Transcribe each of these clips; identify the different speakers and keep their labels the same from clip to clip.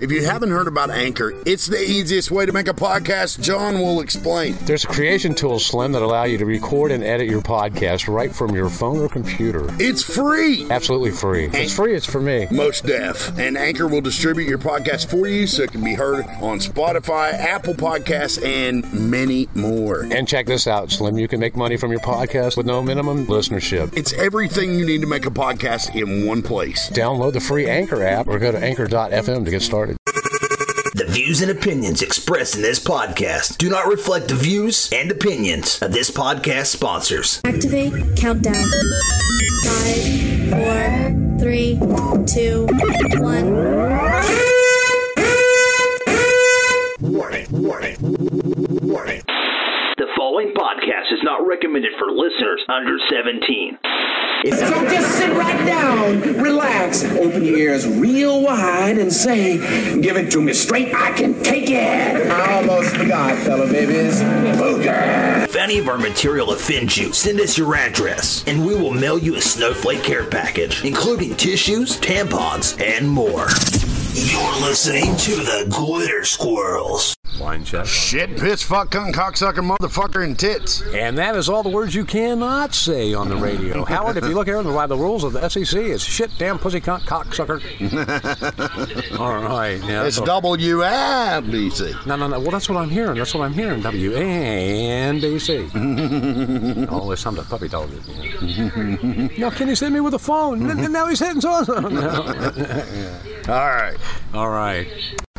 Speaker 1: If you haven't heard about Anchor, it's the easiest way to make a podcast. John will explain.
Speaker 2: There's creation tools, Slim, that allow you to record and edit your podcast right from your phone or computer.
Speaker 1: It's free.
Speaker 2: Absolutely free. If it's free, it's for me.
Speaker 1: Most deaf. And Anchor will distribute your podcast for you so it can be heard on Spotify, Apple Podcasts, and many more.
Speaker 2: And check this out, Slim. You can make money from your podcast with no minimum listenership.
Speaker 1: It's everything you need to make a podcast in one place.
Speaker 2: Download the free Anchor app or go to anchor.fm to get started.
Speaker 3: The views and opinions expressed in this podcast do not reflect the views and opinions of this podcast sponsors.
Speaker 4: Activate countdown. Five, four, three, two, one.
Speaker 3: Warning, warning, warning. The following podcast is not recommended for listeners under 17.
Speaker 5: So just sit right down, relax, open your ears real wide, and say, Give it to me straight, I can take it. I almost forgot, fellow babies. Booger.
Speaker 3: If any of our material offends you, send us your address and we will mail you a snowflake care package, including tissues, tampons, and more. You're listening to the Glitter Squirrels.
Speaker 6: Wine check.
Speaker 1: Shit, piss, fuck, cunt, cocksucker, motherfucker, and tits.
Speaker 2: And that is all the words you cannot say on the radio. Howard, if you look here on the, by the rules of the SEC, it's shit, damn, pussy, cunt, cocksucker. all right. Yeah,
Speaker 1: It's
Speaker 2: that's all-
Speaker 1: WIBC.
Speaker 2: No, no, no. Well, that's what I'm hearing. That's what I'm hearing. W and D C. oh, it's time to puppy dog it. Yeah. now, Kenny hit me with a phone. And now he's hitting something.
Speaker 1: All right.
Speaker 2: All right.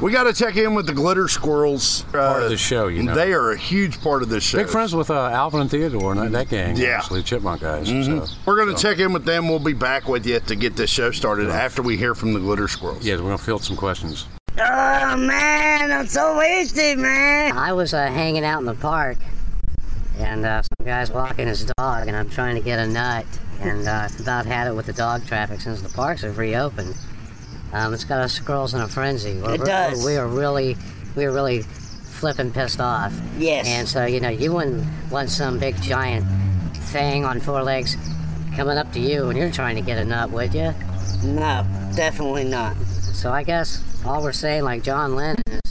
Speaker 1: We got to check in with the Glitter Squirrels. uh,
Speaker 2: Part of the show, you know.
Speaker 1: They are a huge part of this show.
Speaker 2: Big friends with uh, Alvin and Theodore and that, that gang.
Speaker 1: Yeah. Mm-hmm.
Speaker 2: Actually, Chipmunk guys. So.
Speaker 1: We're going to check in with them. We'll be back with you to get this show started after we hear from the Glitter Squirrels.
Speaker 2: Yes, we're going to field some questions.
Speaker 7: Oh man, I'm so wasted, man. I was uh, hanging out in the park, and uh, some guy's walking his dog, and I'm trying to get a nut, and uh, I've about had it with the dog traffic since the parks have reopened. Um, it's got us squirrels in a frenzy. We're,
Speaker 8: It does.
Speaker 7: We are really, we are really flipping pissed off.
Speaker 8: Yes.
Speaker 7: And so you know, you wouldn't want some big giant thing on four legs coming up to you, and you're trying to get a nut, would you?
Speaker 8: No, definitely not.
Speaker 7: So I guess all we're saying, like John Lennon, is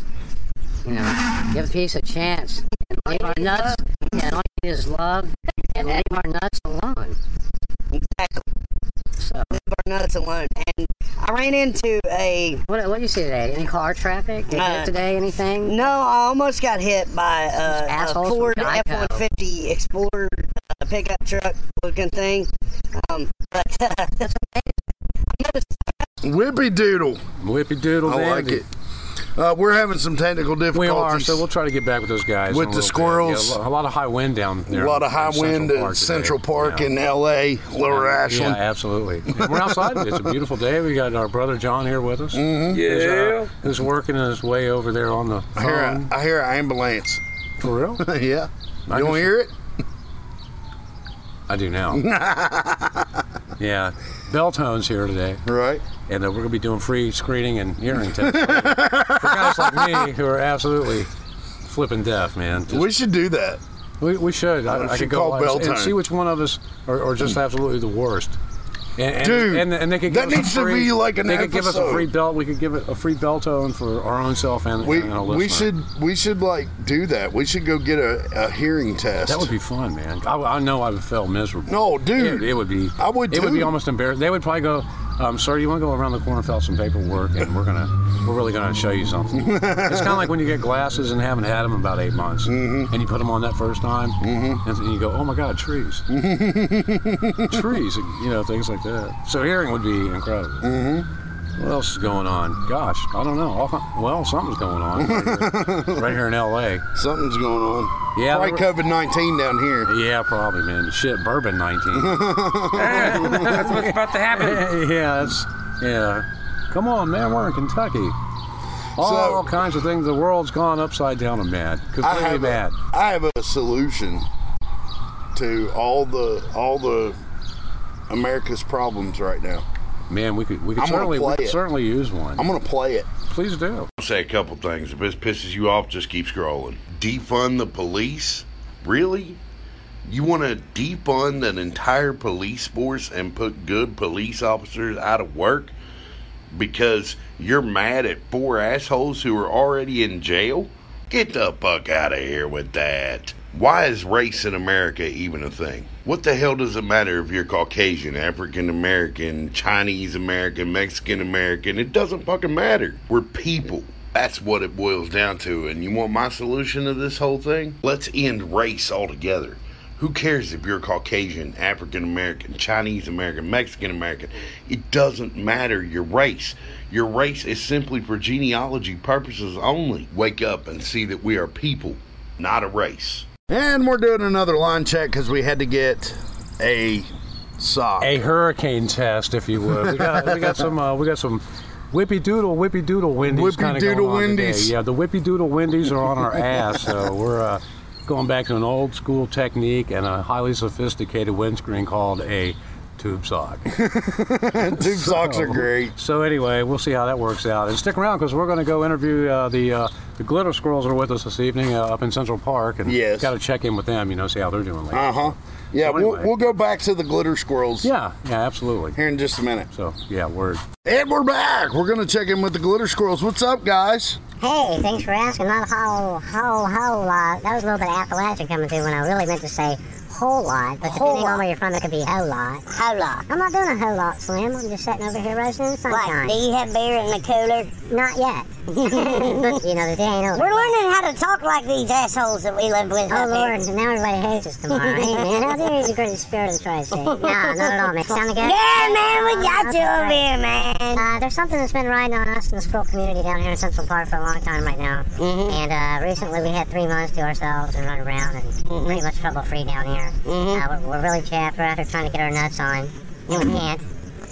Speaker 7: you know, give peace a chance and leave our nuts and all you need is love and leave our nuts alone.
Speaker 8: Exactly.
Speaker 7: So
Speaker 8: Leave our nuts alone. And I ran into a
Speaker 7: what what do you see today? Any car traffic Did you
Speaker 8: Uh,
Speaker 7: get today? Anything?
Speaker 8: no. I almost got hit by a, a
Speaker 7: assholes from
Speaker 8: Ford
Speaker 7: Geico.
Speaker 8: F one fifty Explorer uh, pickup truck looking thing. Um, but uh, that's
Speaker 1: Whippy Doodle.
Speaker 2: Whippy doodle.
Speaker 1: I like
Speaker 2: dandy.
Speaker 1: it. Uh, we're having some technical difficulties.
Speaker 2: We are, so we'll try to get back with those guys.
Speaker 1: With
Speaker 2: in
Speaker 1: the
Speaker 2: a little bit.
Speaker 1: squirrels.
Speaker 2: Yeah, a lo- a lot of high wind down there.
Speaker 1: a lot of
Speaker 2: in
Speaker 1: high
Speaker 2: Central
Speaker 1: wind at
Speaker 2: Park today.
Speaker 1: Central Park
Speaker 2: Yeah.
Speaker 1: in L.A., Lower Ashland.
Speaker 2: Yeah, absolutely. And we're outside. It's a beautiful day. We got our brother John here with us. Mm-hmm. Yeah. Who's, uh, who's working his way over there on the
Speaker 1: I hear,
Speaker 2: phone.
Speaker 1: a, I hear an ambulance.
Speaker 2: For real?
Speaker 1: yeah.
Speaker 2: I
Speaker 1: You don't
Speaker 2: just-
Speaker 1: hear it?
Speaker 2: I do now. yeah. Bell tones here today,
Speaker 1: Right.
Speaker 2: and uh, we're gonna be doing free screening and hearing tests for guys like me who are absolutely flipping deaf, man. Just-
Speaker 1: We should do that.
Speaker 2: We, we should. I,
Speaker 1: We
Speaker 2: I
Speaker 1: should
Speaker 2: could
Speaker 1: call
Speaker 2: go live
Speaker 1: Bell
Speaker 2: and
Speaker 1: Time.
Speaker 2: see which one of us are, are just absolutely the worst. And, and,
Speaker 1: Dude,
Speaker 2: and, and they could give
Speaker 1: that
Speaker 2: us a
Speaker 1: needs to
Speaker 2: free-
Speaker 1: be like an
Speaker 2: They could give us a
Speaker 1: episode.
Speaker 2: free belt. We could give it a free belt on for our own self and,
Speaker 1: We
Speaker 2: and a
Speaker 1: we
Speaker 2: listener.
Speaker 1: should we should like do that. We should go get a, a hearing test.
Speaker 2: That would be fun, man. I, I know I would feel miserable.
Speaker 1: No, dude.
Speaker 2: It, it would be.
Speaker 1: I would
Speaker 2: It would be
Speaker 1: too.
Speaker 2: almost embarrassing. They would probably go, um, "Sir, you want to go around the corner and file some paperwork, and we're gonna, we're really gonna show you something." it's kind of like when you get glasses and haven't had them about eight months,
Speaker 1: Mm-hmm.
Speaker 2: and you put them on that first time, and, and you go, "Oh my God, trees, trees," and, you know, things like that. So hearing would be incredible. Mm-hmm. What else is going on? Gosh, I don't know. All kin- Well, something's going on right here, right here in L.A.
Speaker 1: Something's going on.
Speaker 2: Yeah,
Speaker 1: Probably
Speaker 2: there were-
Speaker 1: COVID nineteen down here.
Speaker 2: Yeah, probably, man. Shit, bourbon 19. that's what's about to happen. yeah, that's, yeah. Come on, man. We're in Kentucky. All
Speaker 1: So-
Speaker 2: kinds of things. The world's gone upside down and mad.
Speaker 1: I
Speaker 2: Completely
Speaker 1: have
Speaker 2: mad.
Speaker 1: a, I have a solution to all the all the America's problems right now.
Speaker 2: Man, we could, we could
Speaker 1: I'm gonna
Speaker 2: certainly,
Speaker 1: play
Speaker 2: we could
Speaker 1: it.
Speaker 2: certainly use one.
Speaker 1: I'm gonna play it.
Speaker 2: Please do.
Speaker 9: I'll say a couple things. If this pisses you off, just keep scrolling. Defund the police? Really? You want to defund an entire police force and put good police officers out of work? because you're mad at four assholes who are already in jail? Get the fuck out of here with that. Why is race in America even a thing? What the hell does it matter if you're Caucasian, African American, Chinese American, Mexican American? It doesn't fucking matter. We're people. That's what it boils down to. And you want my solution to this whole thing? Let's end race altogether. Who cares if you're Caucasian, African American, Chinese American, Mexican American? It doesn't matter your race. Your race is simply for genealogy purposes only. Wake up and see that we are people, not a race.
Speaker 1: And we're doing another line check because we had to get a sock.
Speaker 2: A hurricane test, if you would. We got we got some uh, we got some whippy doodle whippy doodle Wendy's
Speaker 1: Whippy
Speaker 2: kind of
Speaker 1: doodle
Speaker 2: going on today.
Speaker 1: Wendy's.
Speaker 2: Yeah, the whippy doodle Wendy's are on our ass, so we're uh, going back to an old school technique and a highly sophisticated windscreen called a tube sock.
Speaker 1: Tube socks are great.
Speaker 2: So anyway, we'll see how that works out, and stick around because we're going to go interview uh, the uh, the Glitter Squirrels are with us this evening uh, up in Central Park, and
Speaker 1: Yes.
Speaker 2: got to check in with them, you know, see how they're doing. Later.
Speaker 1: Uh huh. Yeah,
Speaker 2: So
Speaker 1: we'll,
Speaker 2: anyway.
Speaker 1: we'll go back to the glitter squirrels
Speaker 2: yeah, yeah, absolutely.
Speaker 1: here in just a minute.
Speaker 2: So yeah, word.
Speaker 1: And we're back. We're going to check in with the glitter squirrels. What's up, guys?
Speaker 7: Hey, thanks for asking. Not a whole, whole, whole lot. That was a little bit of Appalachian coming through when I really meant to say whole lot, but depending on where you're from, it could be whole lot. Whole lot. I'm not doing a whole lot, Slim. I'm just sitting over here roasting in the sunshine.
Speaker 10: Do you have beer in the cooler?
Speaker 7: Not yet. you know, the day ain't over.
Speaker 10: We're learning how to talk like these assholes that we live with.
Speaker 7: Oh
Speaker 10: up here.
Speaker 7: Lord, now everybody hates us tomorrow. hey man, out there is a great spirit of the tri-state. No, not at all, man. Sound good?
Speaker 10: Yeah, man, we got you
Speaker 7: Okay,
Speaker 10: over
Speaker 7: great.
Speaker 10: here, man.
Speaker 7: Uh, there's something that's been riding on us in the squirrel community down here in Central Park for a long time right now.
Speaker 10: Mm-hmm.
Speaker 7: And uh, recently we had three months to ourselves and run around and
Speaker 10: Mm-hmm.
Speaker 7: pretty much trouble free down here. Uh, we're, we're really chapped. We're out here trying to get our nuts on. And we can't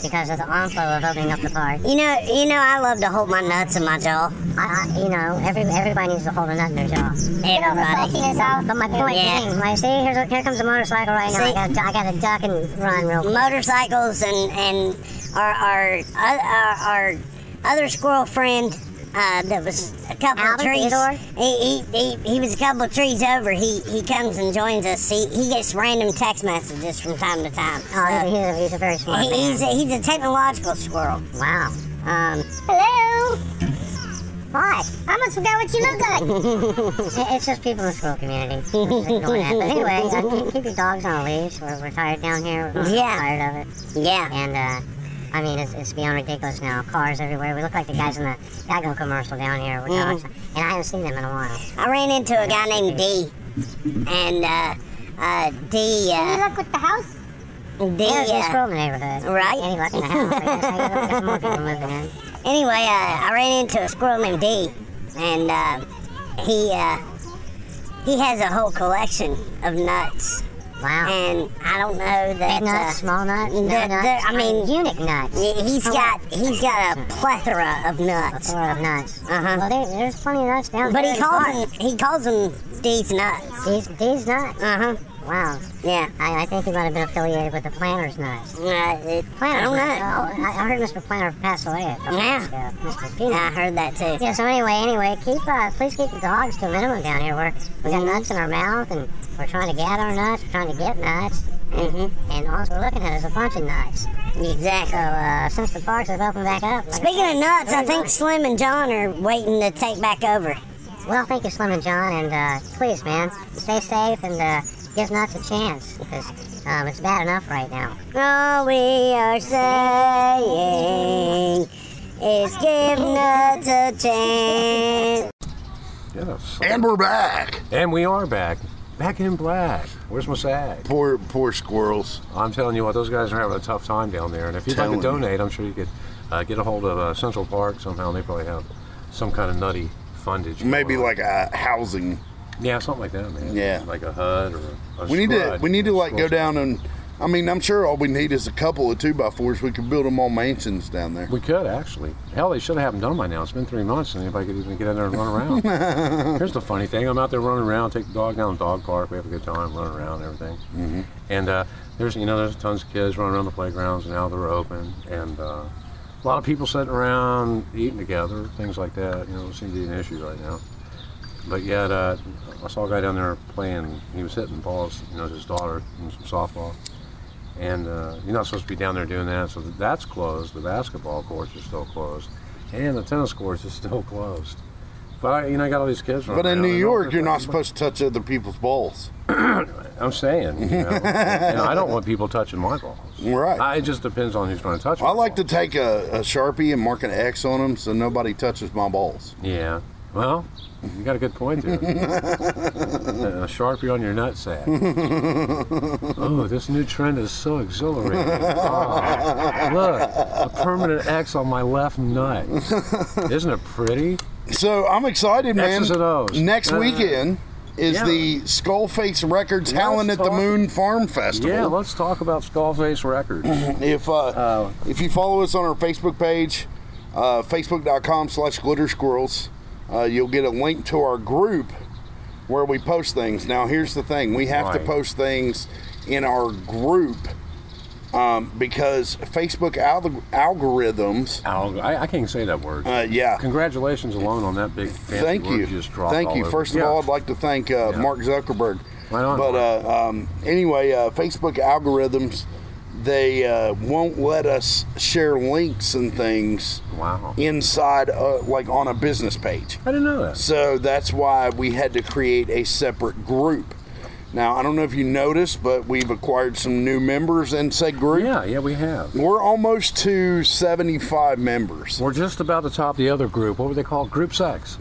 Speaker 7: because of the onflow of opening up the park.
Speaker 10: You know, you know, I love to hold my nuts in my jaw.
Speaker 7: I, I, you know, every, everybody needs to hold a nut in their jaw.
Speaker 10: Everybody.
Speaker 7: But my point
Speaker 10: Yeah.
Speaker 7: being, like, see, here's, here comes a motorcycle right now. I
Speaker 10: See?
Speaker 7: gotta, I gotta duck and run real quick.
Speaker 10: Motorcycles and and our our uh, our, our other squirrel friend uh, that was a couple
Speaker 7: Albert
Speaker 10: trees.
Speaker 7: Theodore?
Speaker 10: He, he, he he was a couple trees over. He he comes and joins us. He he gets random text messages from time to time.
Speaker 7: Oh,
Speaker 10: So,
Speaker 7: he's a, he's a very smart
Speaker 10: he-
Speaker 7: man.
Speaker 10: he's a, he's a technological squirrel.
Speaker 7: Wow.
Speaker 10: Um,
Speaker 7: Hello. Hi. I almost forgot what you look like. it's just people in the school community. Just ignore that. But anyway, uh, keep, keep your dogs on the leash. We're, we're tired down here. We're
Speaker 10: Yeah.
Speaker 7: tired of it.
Speaker 10: yeah.
Speaker 7: And uh, I mean, it's, it's beyond ridiculous now. Cars everywhere. We look like the guys in the Geico commercial down here with dogs. And I haven't seen them in a while.
Speaker 10: Mm-hmm. I ran into a guy named D, and uh, uh, D, uh,
Speaker 7: look with the house?
Speaker 10: D,
Speaker 7: There's a
Speaker 10: uh,
Speaker 7: squirrel in the neighborhood.
Speaker 10: Right.
Speaker 7: Any luck in the house? I guess I guess there's more people moving in.
Speaker 10: anyway, uh, I ran into a squirrel named D, and uh, he uh, he has a whole collection of nuts,
Speaker 7: Wow.
Speaker 10: and I don't know that.
Speaker 7: Big nuts,
Speaker 10: Uh,
Speaker 7: small nuts, no
Speaker 10: there-
Speaker 7: nuts.
Speaker 10: there- I mean-
Speaker 7: eunuch nuts. Oh,
Speaker 10: he- he's got he's got a plethora of nuts,
Speaker 7: Or of nuts.
Speaker 10: Uh-huh.
Speaker 7: Well, there, there's plenty of nuts down
Speaker 10: but
Speaker 7: there.
Speaker 10: he calls them he calls them D's nuts.
Speaker 7: these these nuts.
Speaker 10: Uh huh.
Speaker 7: Wow.
Speaker 10: Yeah.
Speaker 7: I, I think he might have been affiliated with the Planters nuts.
Speaker 10: Uh, it, I
Speaker 7: Planters
Speaker 10: don't
Speaker 7: nuts.
Speaker 10: know.
Speaker 7: Oh, I, I heard Mr. Planter passed away. a couple
Speaker 10: Yeah.
Speaker 7: years ago. Mr. Peanut.
Speaker 10: I heard that too.
Speaker 7: Yeah, so anyway, anyway, keep uh, please keep the dogs to a minimum down here. We're we got nuts in our mouth, and we're trying to gather nuts. We're trying to get nuts, mm-hmm. and all we're looking at is a bunch of nuts. So
Speaker 10: Exactly.
Speaker 7: uh, since the parks have opened back up, like I
Speaker 10: Speaking of nuts, I
Speaker 7: Very
Speaker 10: think
Speaker 7: nice.
Speaker 10: Slim and John are waiting to take back over.
Speaker 7: Well, thank you, Slim and John, and uh, please, man, stay safe and uh, give nuts a chance because um, it's bad enough right now.
Speaker 10: All we are saying is give nuts a chance.
Speaker 2: Yes.
Speaker 1: And we're back.
Speaker 2: And we are back, back in black. Where's my sag?
Speaker 1: Poor, poor squirrels.
Speaker 2: I'm telling you what, those guys are having a tough time down there. And if you'd like
Speaker 1: Telling
Speaker 2: to
Speaker 1: you.
Speaker 2: donate, I'm sure you could uh, get a hold of uh, Central Park somehow. They probably have some kind of nutty fundage.
Speaker 1: Maybe
Speaker 2: going on.
Speaker 1: like a housing.
Speaker 2: yeah, something like that, man.
Speaker 1: Yeah.
Speaker 2: like a HUD or a, a
Speaker 1: We need to,
Speaker 2: SRUD,
Speaker 1: we need to
Speaker 2: you know,
Speaker 1: like go
Speaker 2: squirrel.
Speaker 1: down and. I mean, I'm sure all we need is a couple of two by fours. We could build them all mansions down there.
Speaker 2: We could actually. Hell, they should have them done by now. It's been three months, and anybody could even get in there and run around. Here's the funny thing: I'm out there running around, take the dog down the dog park, we have a good time, running around, and everything. Mm-hmm. And uh, there's you know there's tons of kids running around the playgrounds, and now they're open, and uh, a lot of people sitting around eating together, things like that. You know, seems to be an issue right now. But yet, uh, I saw a guy down there playing. He was hitting balls, you know, with his daughter in some softball. and uh, you're not supposed to be down there doing that. So that's closed. The basketball courts are still closed, and the tennis courts are still closed. But I, you know, I got all these kids. running
Speaker 1: But in
Speaker 2: around.
Speaker 1: New
Speaker 2: I don't
Speaker 1: York,
Speaker 2: care
Speaker 1: you're
Speaker 2: if
Speaker 1: not
Speaker 2: anybody-
Speaker 1: supposed to touch other people's balls.
Speaker 2: I'm saying, you know, and I don't want people touching my balls.
Speaker 1: Right.
Speaker 2: I, it just depends on who's going to touch.
Speaker 1: I like to take a, a sharpie and mark an X on them so nobody touches my balls.
Speaker 2: Yeah. Well, you got a good point there. a sharpie on your nutsack. oh, this new trend is so exhilarating. Oh, look, a permanent X on my left nut. Isn't it pretty?
Speaker 1: So I'm excited, man.
Speaker 2: X's and O's.
Speaker 1: Next
Speaker 2: Uh,
Speaker 1: weekend is
Speaker 2: yeah.
Speaker 1: the Skullface Records Howlin' at the
Speaker 2: talk-
Speaker 1: Moon Farm Festival.
Speaker 2: Yeah, let's talk about Skullface Records.
Speaker 1: If uh, if you follow us on our Facebook page, uh, facebook.com slash glitter squirrels, uh, you'll get a link to our group where we post things. Now, here's the thing we have to
Speaker 2: Right.
Speaker 1: post things in our group um, because Facebook alg- algorithms.
Speaker 2: Alg- I, I can't say that word.
Speaker 1: Uh, yeah.
Speaker 2: Congratulations alone on that big fancy
Speaker 1: Thank
Speaker 2: word
Speaker 1: you.
Speaker 2: just dropped.
Speaker 1: Thank
Speaker 2: all
Speaker 1: you.
Speaker 2: over-
Speaker 1: First
Speaker 2: Yeah.
Speaker 1: of all, I'd like to thank uh,
Speaker 2: Yeah.
Speaker 1: Mark Zuckerberg.
Speaker 2: Right on,
Speaker 1: But uh, um, anyway, uh, Facebook algorithms, they uh, won't let us share links and things
Speaker 2: Wow.
Speaker 1: inside, uh, like on a business page.
Speaker 2: I didn't know that.
Speaker 1: So that's why we had to create a separate group. Now, I don't know if you noticed, but we've acquired some new members in said group.
Speaker 2: Yeah, yeah, we have.
Speaker 1: We're almost to 75 members.
Speaker 2: We're just about to top the other group. What were they called? Group sex.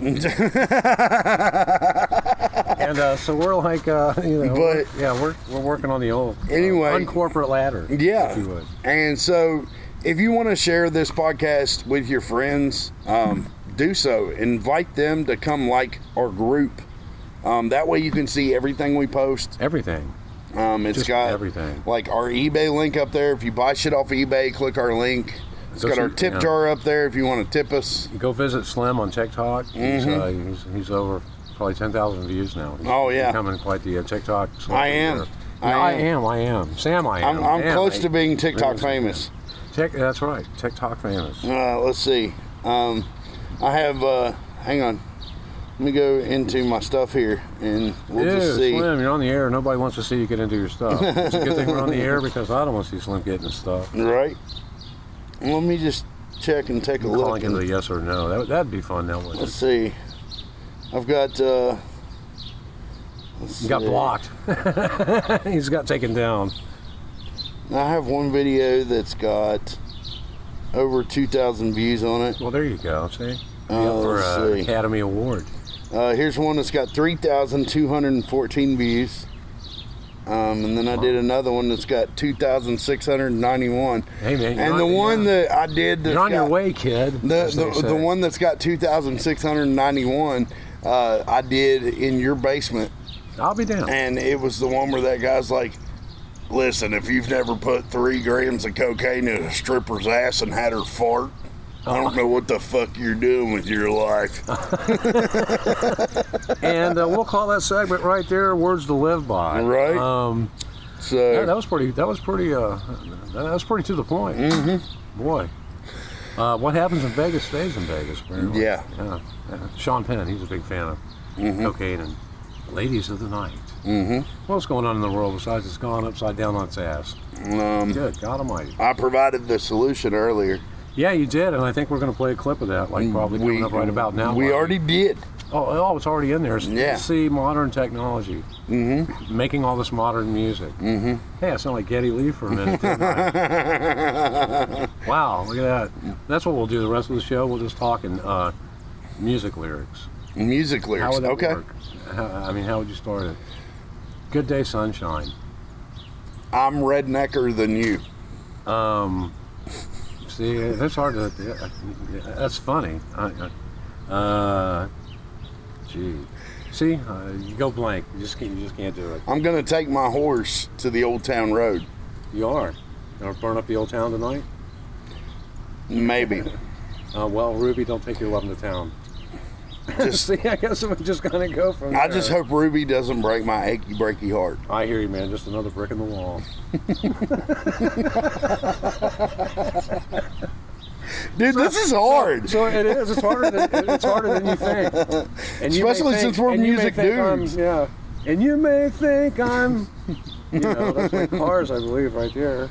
Speaker 2: and uh, so we're like, uh, you know,
Speaker 1: But-
Speaker 2: yeah, we're, we're working on the old uh,
Speaker 1: Anyway.
Speaker 2: uncorporate ladder.
Speaker 1: Yeah.
Speaker 2: if you would.
Speaker 1: And so, if you want to share this podcast with your friends, um, do so. Invite them to come like our group. Um, that way, you can see everything we post.
Speaker 2: Everything.
Speaker 1: Um, it's
Speaker 2: Just
Speaker 1: got
Speaker 2: everything.
Speaker 1: like our eBay link up there. If you buy shit off eBay, click our link. It's
Speaker 2: Those
Speaker 1: got our
Speaker 2: are-
Speaker 1: tip
Speaker 2: yeah.
Speaker 1: jar up there if you want to tip us.
Speaker 2: You go visit Slim on TikTok. He's, uh, he's, he's over probably 10,000 views now. He's
Speaker 1: Mm-hmm. Oh, yeah.
Speaker 2: Becoming quite the uh, TikTok. celebrity
Speaker 1: I am.
Speaker 2: there.
Speaker 1: I
Speaker 2: Yeah, I
Speaker 1: am.
Speaker 2: am. I am. Sam, I am.
Speaker 1: I'm, I'm
Speaker 2: Damn,
Speaker 1: close
Speaker 2: I-
Speaker 1: to being TikTok
Speaker 2: Really?
Speaker 1: famous.
Speaker 2: Tik- that's right. TikTok famous.
Speaker 1: Uh, let's see. Um, I have. Uh, hang on. Let me go into my stuff here, and we'll
Speaker 2: Ew,
Speaker 1: just see.
Speaker 2: Slim, you're on the air. Nobody wants to see you get into your stuff. It's a good thing we're on the air because I don't want to see Slim getting his stuff.
Speaker 1: Right. Let me just check and take a look.
Speaker 2: Calling into a
Speaker 1: and-
Speaker 2: yes or no. That, that'd be fun, that would.
Speaker 1: let's see. I've got. Uh, let's
Speaker 2: He got
Speaker 1: see.
Speaker 2: blocked. He's got taken down.
Speaker 1: I have one video that's got over 2,000 views on it.
Speaker 2: Well, there you go. See? Be
Speaker 1: Oh,
Speaker 2: up for
Speaker 1: let's
Speaker 2: uh,
Speaker 1: see.
Speaker 2: Academy Award.
Speaker 1: Uh, here's one that's got 3,214 views. Um, and then I did another one that's got 2,691.
Speaker 2: Hey, man, you're
Speaker 1: and the
Speaker 2: on-
Speaker 1: one
Speaker 2: yeah.
Speaker 1: that I did that's
Speaker 2: You're on your
Speaker 1: got-
Speaker 2: way, kid.
Speaker 1: The,
Speaker 2: as they
Speaker 1: the,
Speaker 2: say.
Speaker 1: the one that's got 2,691, uh, I did in your basement.
Speaker 2: I'll be down.
Speaker 1: And it was the one where that guy's like, listen, if you've never put three grams of cocaine in a stripper's ass and had her fart, I don't know what the fuck you're doing with your life.
Speaker 2: and uh, we'll call that segment right there "Words to Live By."
Speaker 1: Right.
Speaker 2: Um, yeah, that
Speaker 1: So,
Speaker 2: was pretty. That was pretty. Uh, that was pretty to the point. Mm-hmm. Boy, uh, what happens in Vegas stays in Vegas. Apparently.
Speaker 1: Yeah. Mm-hmm.
Speaker 2: yeah. yeah. Sean Penn, he's a big fan of cocaine and ladies of the night. Mm-hmm. What's going on in the world besides it's gone upside down on its ass?
Speaker 1: um,
Speaker 2: Good God Almighty.
Speaker 1: I provided the solution earlier.
Speaker 2: Yeah, you did, and I think we're going to play a clip of that, like probably coming up right about now.
Speaker 1: mm, We
Speaker 2: like-
Speaker 1: already did.
Speaker 2: Oh, oh, it's already in there. So you
Speaker 1: Yeah.
Speaker 2: See modern technology. Mm-hmm. Making all this modern music. Mm-hmm. Hey, I sound like Getty Lee for a minute. didn't I? wow, look at that. That's what we'll do the rest of the show. We'll just talk in uh, music lyrics.
Speaker 1: Music
Speaker 2: How
Speaker 1: lyrics.
Speaker 2: would that
Speaker 1: Okay.
Speaker 2: work? How, I mean, how would you start it? Good day, sunshine.
Speaker 1: I'm rednecker than you.
Speaker 2: Um, see, that's hard to. yeah, That's funny. I, I- uh, gee. See, uh, you go blank. You just can't. You just can't do it.
Speaker 1: I'm going to take my horse to the old town road.
Speaker 2: You are. Gonna burn up the old town tonight?
Speaker 1: Maybe.
Speaker 2: Uh, well, Ruby, don't take your love into town.
Speaker 1: Just,
Speaker 2: See, I guess I'm just gonna go from
Speaker 1: I
Speaker 2: there.
Speaker 1: just hope Ruby doesn't break my achy breaky heart.
Speaker 2: I hear you, man. Just another brick in the wall.
Speaker 1: Dude, this is hard.
Speaker 2: So it is. It's harder than it's harder than you think. And you may
Speaker 1: Especially
Speaker 2: think-
Speaker 1: since we're
Speaker 2: and you may
Speaker 1: music
Speaker 2: think I'm-
Speaker 1: dudes.
Speaker 2: Yeah. And you may think I'm You know, that's like cars, I believe, right there.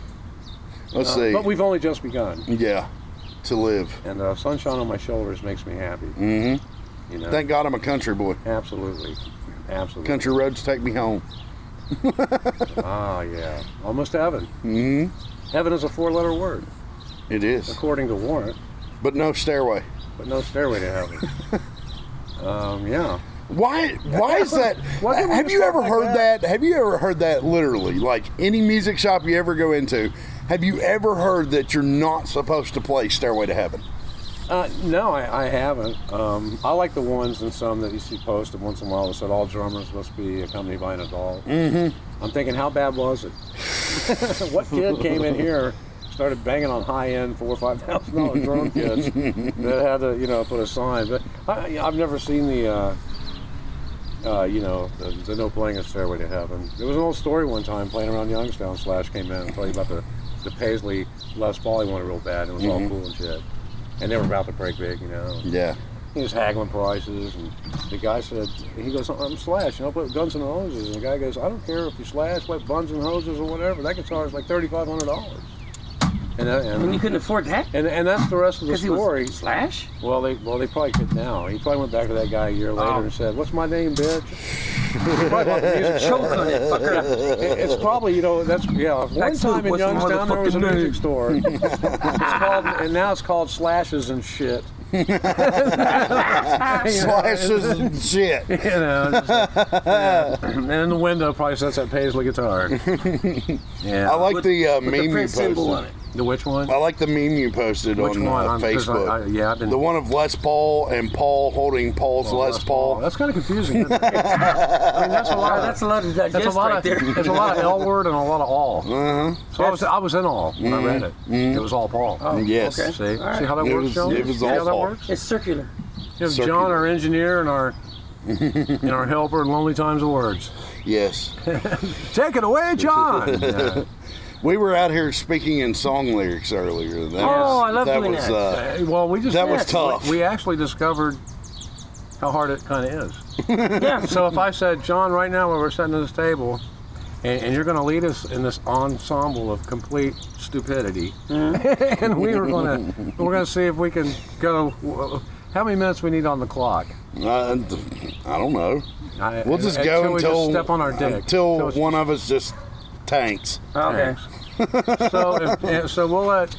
Speaker 1: Let's
Speaker 2: Uh,
Speaker 1: see.
Speaker 2: But we've only just begun,
Speaker 1: yeah, to live.
Speaker 2: and uh, sunshine on my shoulders makes me happy.
Speaker 1: hmm
Speaker 2: You know,
Speaker 1: Thank God I'm a country boy.
Speaker 2: absolutely, absolutely.
Speaker 1: Country roads take me home.
Speaker 2: Ah, yeah, almost heaven.
Speaker 1: hmm
Speaker 2: Heaven is a four-letter word,
Speaker 1: It is,
Speaker 2: according to Warren,
Speaker 1: but no stairway.
Speaker 2: but no stairway to heaven. um, yeah.
Speaker 1: Why? Why is that?
Speaker 2: Why can't we
Speaker 1: have
Speaker 2: just
Speaker 1: you
Speaker 2: talk
Speaker 1: ever
Speaker 2: like
Speaker 1: heard
Speaker 2: that?
Speaker 1: that? Have you ever heard that? Literally, like any music shop you ever go into, have you ever heard that you're not supposed to play "Stairway to Heaven"?
Speaker 2: Uh, no, I, I haven't. Um, I like the ones and some that you see posted once in a while that said all drummers must be accompanied by an adult. Mm-hmm. I'm thinking, how bad was it? what kid came in here, started banging on high-end four or five thousand dollar drum kits that had to, you know, put a sign? But I, I've never seen the, uh, uh, you know, the, the no playing a stairway to heaven. There was an old story one time playing around Youngstown. Slash came in and told you about the the Paisley Les Paul he wanted real bad. And it was all cool and shit. And they were about to break big, you know.
Speaker 1: Yeah.
Speaker 2: He was haggling prices, and the guy said, he goes, I'm Slash, and I'll put Guns and Hoses. And the guy goes, I don't care if you Slash, what Buns and Hoses or whatever. That guitar is like $3,500. And, that-
Speaker 5: When you
Speaker 2: and,
Speaker 5: couldn't afford that?
Speaker 2: and, and that's the rest of the
Speaker 5: Because he
Speaker 2: story.
Speaker 5: was Slash?
Speaker 2: Well, they well they probably could now. He probably went back to that guy a year later
Speaker 5: Oh.
Speaker 2: and said, "What's my name, bitch?" He probably bought the music
Speaker 5: Choke on it, fucker.
Speaker 2: it- It's probably you know that's yeah. One
Speaker 5: That's
Speaker 2: time
Speaker 5: who-
Speaker 2: in
Speaker 5: what's the
Speaker 2: Youngstown there was a
Speaker 5: motherfucking
Speaker 2: music
Speaker 5: name?
Speaker 2: store. it's called, and now it's called slashes and shit.
Speaker 1: Slashes and shit.
Speaker 2: You know, it's just like, yeah. and in the window probably says that Paisley guitar. Yeah,
Speaker 1: I like the uh,
Speaker 5: With
Speaker 1: meme
Speaker 5: the
Speaker 1: you
Speaker 5: print symbol on
Speaker 1: posted.
Speaker 5: it.
Speaker 2: the which one?
Speaker 1: I like the meme you posted
Speaker 2: Which
Speaker 1: on
Speaker 2: one?
Speaker 1: uh,
Speaker 2: I'm- 'cause I-
Speaker 1: Facebook.
Speaker 2: I- yeah, I've been-
Speaker 1: the one of Les Paul and Paul holding Paul's Oh, Les Paul.
Speaker 2: That's kind of confusing. Isn't it? I mean, that's a lot.
Speaker 5: Wow,
Speaker 2: of-
Speaker 5: that's a lot to digest
Speaker 2: That's a lot
Speaker 5: right
Speaker 2: of
Speaker 5: there.
Speaker 2: there's a lot of L word and a lot of all.
Speaker 1: Uh-huh.
Speaker 2: So I was I was in all when I read it. It was all Paul.
Speaker 1: Mm-hmm. Oh,
Speaker 2: Mm-hmm.
Speaker 1: Yes.
Speaker 5: okay.
Speaker 2: See,
Speaker 5: All right.
Speaker 2: see how that
Speaker 1: It
Speaker 2: works,
Speaker 1: was-
Speaker 2: John?
Speaker 1: it was
Speaker 2: see
Speaker 1: all
Speaker 2: how that
Speaker 1: Paul.
Speaker 2: works?
Speaker 5: It's circular.
Speaker 2: You have
Speaker 1: Circular.
Speaker 2: John, our engineer, and our and our helper in lonely times of words.
Speaker 1: Yes.
Speaker 2: Take it away, John. Yeah.
Speaker 1: We were out here speaking in song lyrics earlier. That
Speaker 5: Oh,
Speaker 1: was,
Speaker 5: I love
Speaker 1: that
Speaker 5: doing
Speaker 1: was,
Speaker 5: that.
Speaker 1: Uh,
Speaker 2: Uh, well, we just
Speaker 1: That was
Speaker 2: we-
Speaker 1: tough.
Speaker 2: We actually discovered how hard it kind of is.
Speaker 5: Yeah.
Speaker 2: So if I said, John, right now where we're sitting at this table, and, and you're going to lead us in this ensemble of complete stupidity,
Speaker 1: Mm-hmm.
Speaker 2: and we were going to we're going to see if we can go. w- How many minutes we need on the clock?
Speaker 1: I, uh, I don't know.
Speaker 2: I,
Speaker 1: We'll just
Speaker 2: until
Speaker 1: go
Speaker 2: we
Speaker 1: until
Speaker 2: just step on our dick.
Speaker 1: until
Speaker 2: it's-
Speaker 1: one of us just tanks.
Speaker 5: Oh, Okay.
Speaker 2: so if, eh, so we'll let.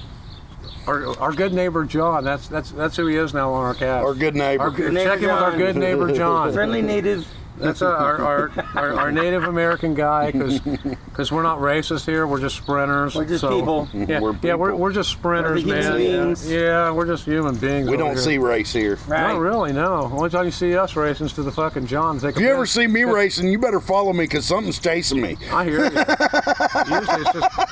Speaker 2: Our, our good neighbor John, that's that's that's who he is now on our cast.
Speaker 1: Our good neighbor.
Speaker 2: Our good-
Speaker 5: Good neighbor
Speaker 2: check in with our
Speaker 5: John.
Speaker 2: good neighbor John.
Speaker 5: Friendly native.
Speaker 2: That's uh, our, our, our, our Native American guy because we're not racist here. We're just sprinters.
Speaker 5: We're just
Speaker 2: so-
Speaker 5: people.
Speaker 2: Yeah,
Speaker 1: We're
Speaker 2: we're, yeah, we're,
Speaker 1: people.
Speaker 2: we're just sprinters,
Speaker 5: We're human
Speaker 2: man.
Speaker 5: beings.
Speaker 2: Yeah. we're just human beings.
Speaker 1: we
Speaker 2: over
Speaker 1: don't
Speaker 2: here.
Speaker 1: see race here.
Speaker 5: Right.
Speaker 2: Not really, no. Only time you see us racing is to the fucking John. If
Speaker 1: If you ever see me racing, you better follow me because something's chasing me.
Speaker 2: I hear you. Usually it's just,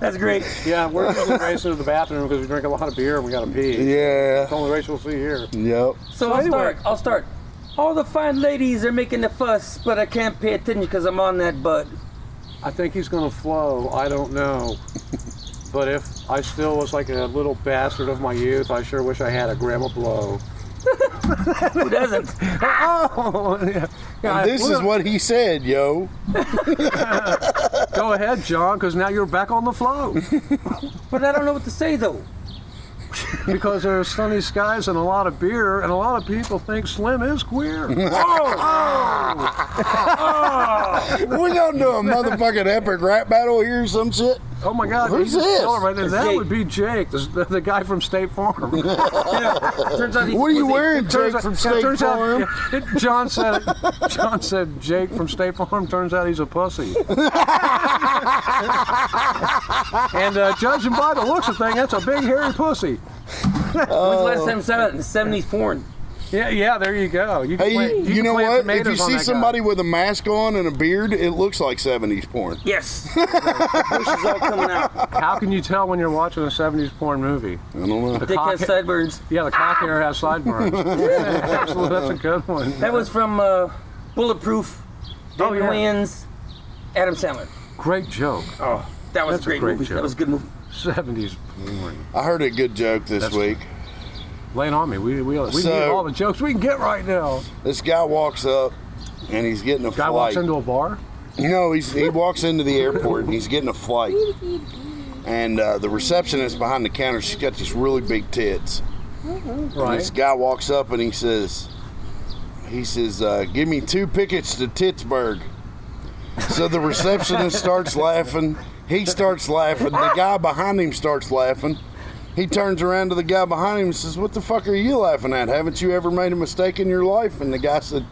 Speaker 5: That's great.
Speaker 2: yeah, we're usually racing to the bathroom because we drink a lot of beer and we got to pee. That's the
Speaker 1: Yeah.
Speaker 2: only race we'll see here.
Speaker 1: Yep.
Speaker 5: So I'll start. I'll start. All the fine ladies are making a fuss, but I can't pay attention because I'm on that bud.
Speaker 2: I think he's going to flow. I don't know. But if I still was like a little bastard of my youth, I sure wish I had a grandma blow.
Speaker 5: Who doesn't?
Speaker 2: Oh, yeah. Yeah,
Speaker 1: This
Speaker 2: we're-
Speaker 1: is what he said, yo.
Speaker 2: Go ahead, John, because now you're back on the flow.
Speaker 5: But I don't know what to say though.
Speaker 2: because there are sunny skies and a lot of beer, and a lot of people think Slim is queer.
Speaker 1: We're gonna do a motherfucking epic rap battle here or some shit.
Speaker 2: Oh my God!
Speaker 1: Who's
Speaker 2: you just
Speaker 1: this?
Speaker 2: killed it Right there. That
Speaker 5: Jake.
Speaker 2: would be Jake, the, the guy from State Farm.
Speaker 5: Turns out he's
Speaker 1: What are you
Speaker 5: was he-
Speaker 1: wearing, Jake
Speaker 2: Turns out-
Speaker 1: from
Speaker 2: yeah,
Speaker 1: State
Speaker 2: turns out-
Speaker 1: Farm?
Speaker 2: yeah, it- John said. John said Jake from State Farm. Turns out he's a pussy. and uh, judging by the looks of thing, that's a big hairy pussy.
Speaker 5: When's the
Speaker 2: Oh.
Speaker 5: last time I saw that in the 70s porn?
Speaker 2: Yeah, yeah. There you go. You can
Speaker 1: Hey,
Speaker 2: plant-
Speaker 1: you,
Speaker 2: can
Speaker 1: know
Speaker 2: plant
Speaker 1: what? If you
Speaker 2: tomatoes on
Speaker 1: see
Speaker 2: that guy.
Speaker 1: somebody with a mask on and a beard, it looks like 70s porn.
Speaker 5: Yes. Bushes all coming out.
Speaker 2: How can you tell when you're watching a 70s porn movie?
Speaker 1: I don't know.
Speaker 5: Dick
Speaker 2: Cock-
Speaker 5: has sideburns.
Speaker 2: Yeah, the cock hair has sideburns. Absolutely, that's a good one.
Speaker 5: That was from uh, Bulletproof,
Speaker 2: Oh,
Speaker 5: David
Speaker 2: yeah.
Speaker 5: Wayans, Adam Sandler.
Speaker 2: Great joke.
Speaker 5: Oh, that was
Speaker 2: That's a
Speaker 5: a great,
Speaker 2: great
Speaker 5: movie.
Speaker 2: joke.
Speaker 5: That was a good movie.
Speaker 2: 70s porn.
Speaker 1: I heard a good joke this
Speaker 2: That's
Speaker 1: week.
Speaker 2: Laying on me. We, we, we
Speaker 1: So-
Speaker 2: need all the jokes we can get right now.
Speaker 1: This guy walks up and he's getting a
Speaker 2: Guy
Speaker 1: flight.
Speaker 2: walks into a bar.
Speaker 1: No, he's, he walks into the airport and he's getting a flight. And uh, the receptionist behind the counter, she's got these really big tits. And this guy walks up and he says, he says, uh, give me two pickets to Pittsburgh. So the receptionist starts laughing. He starts laughing. The guy behind him starts laughing. He turns around to the guy behind him and says, What the fuck are you laughing at? Haven't you ever made a mistake in your life? And the guy said,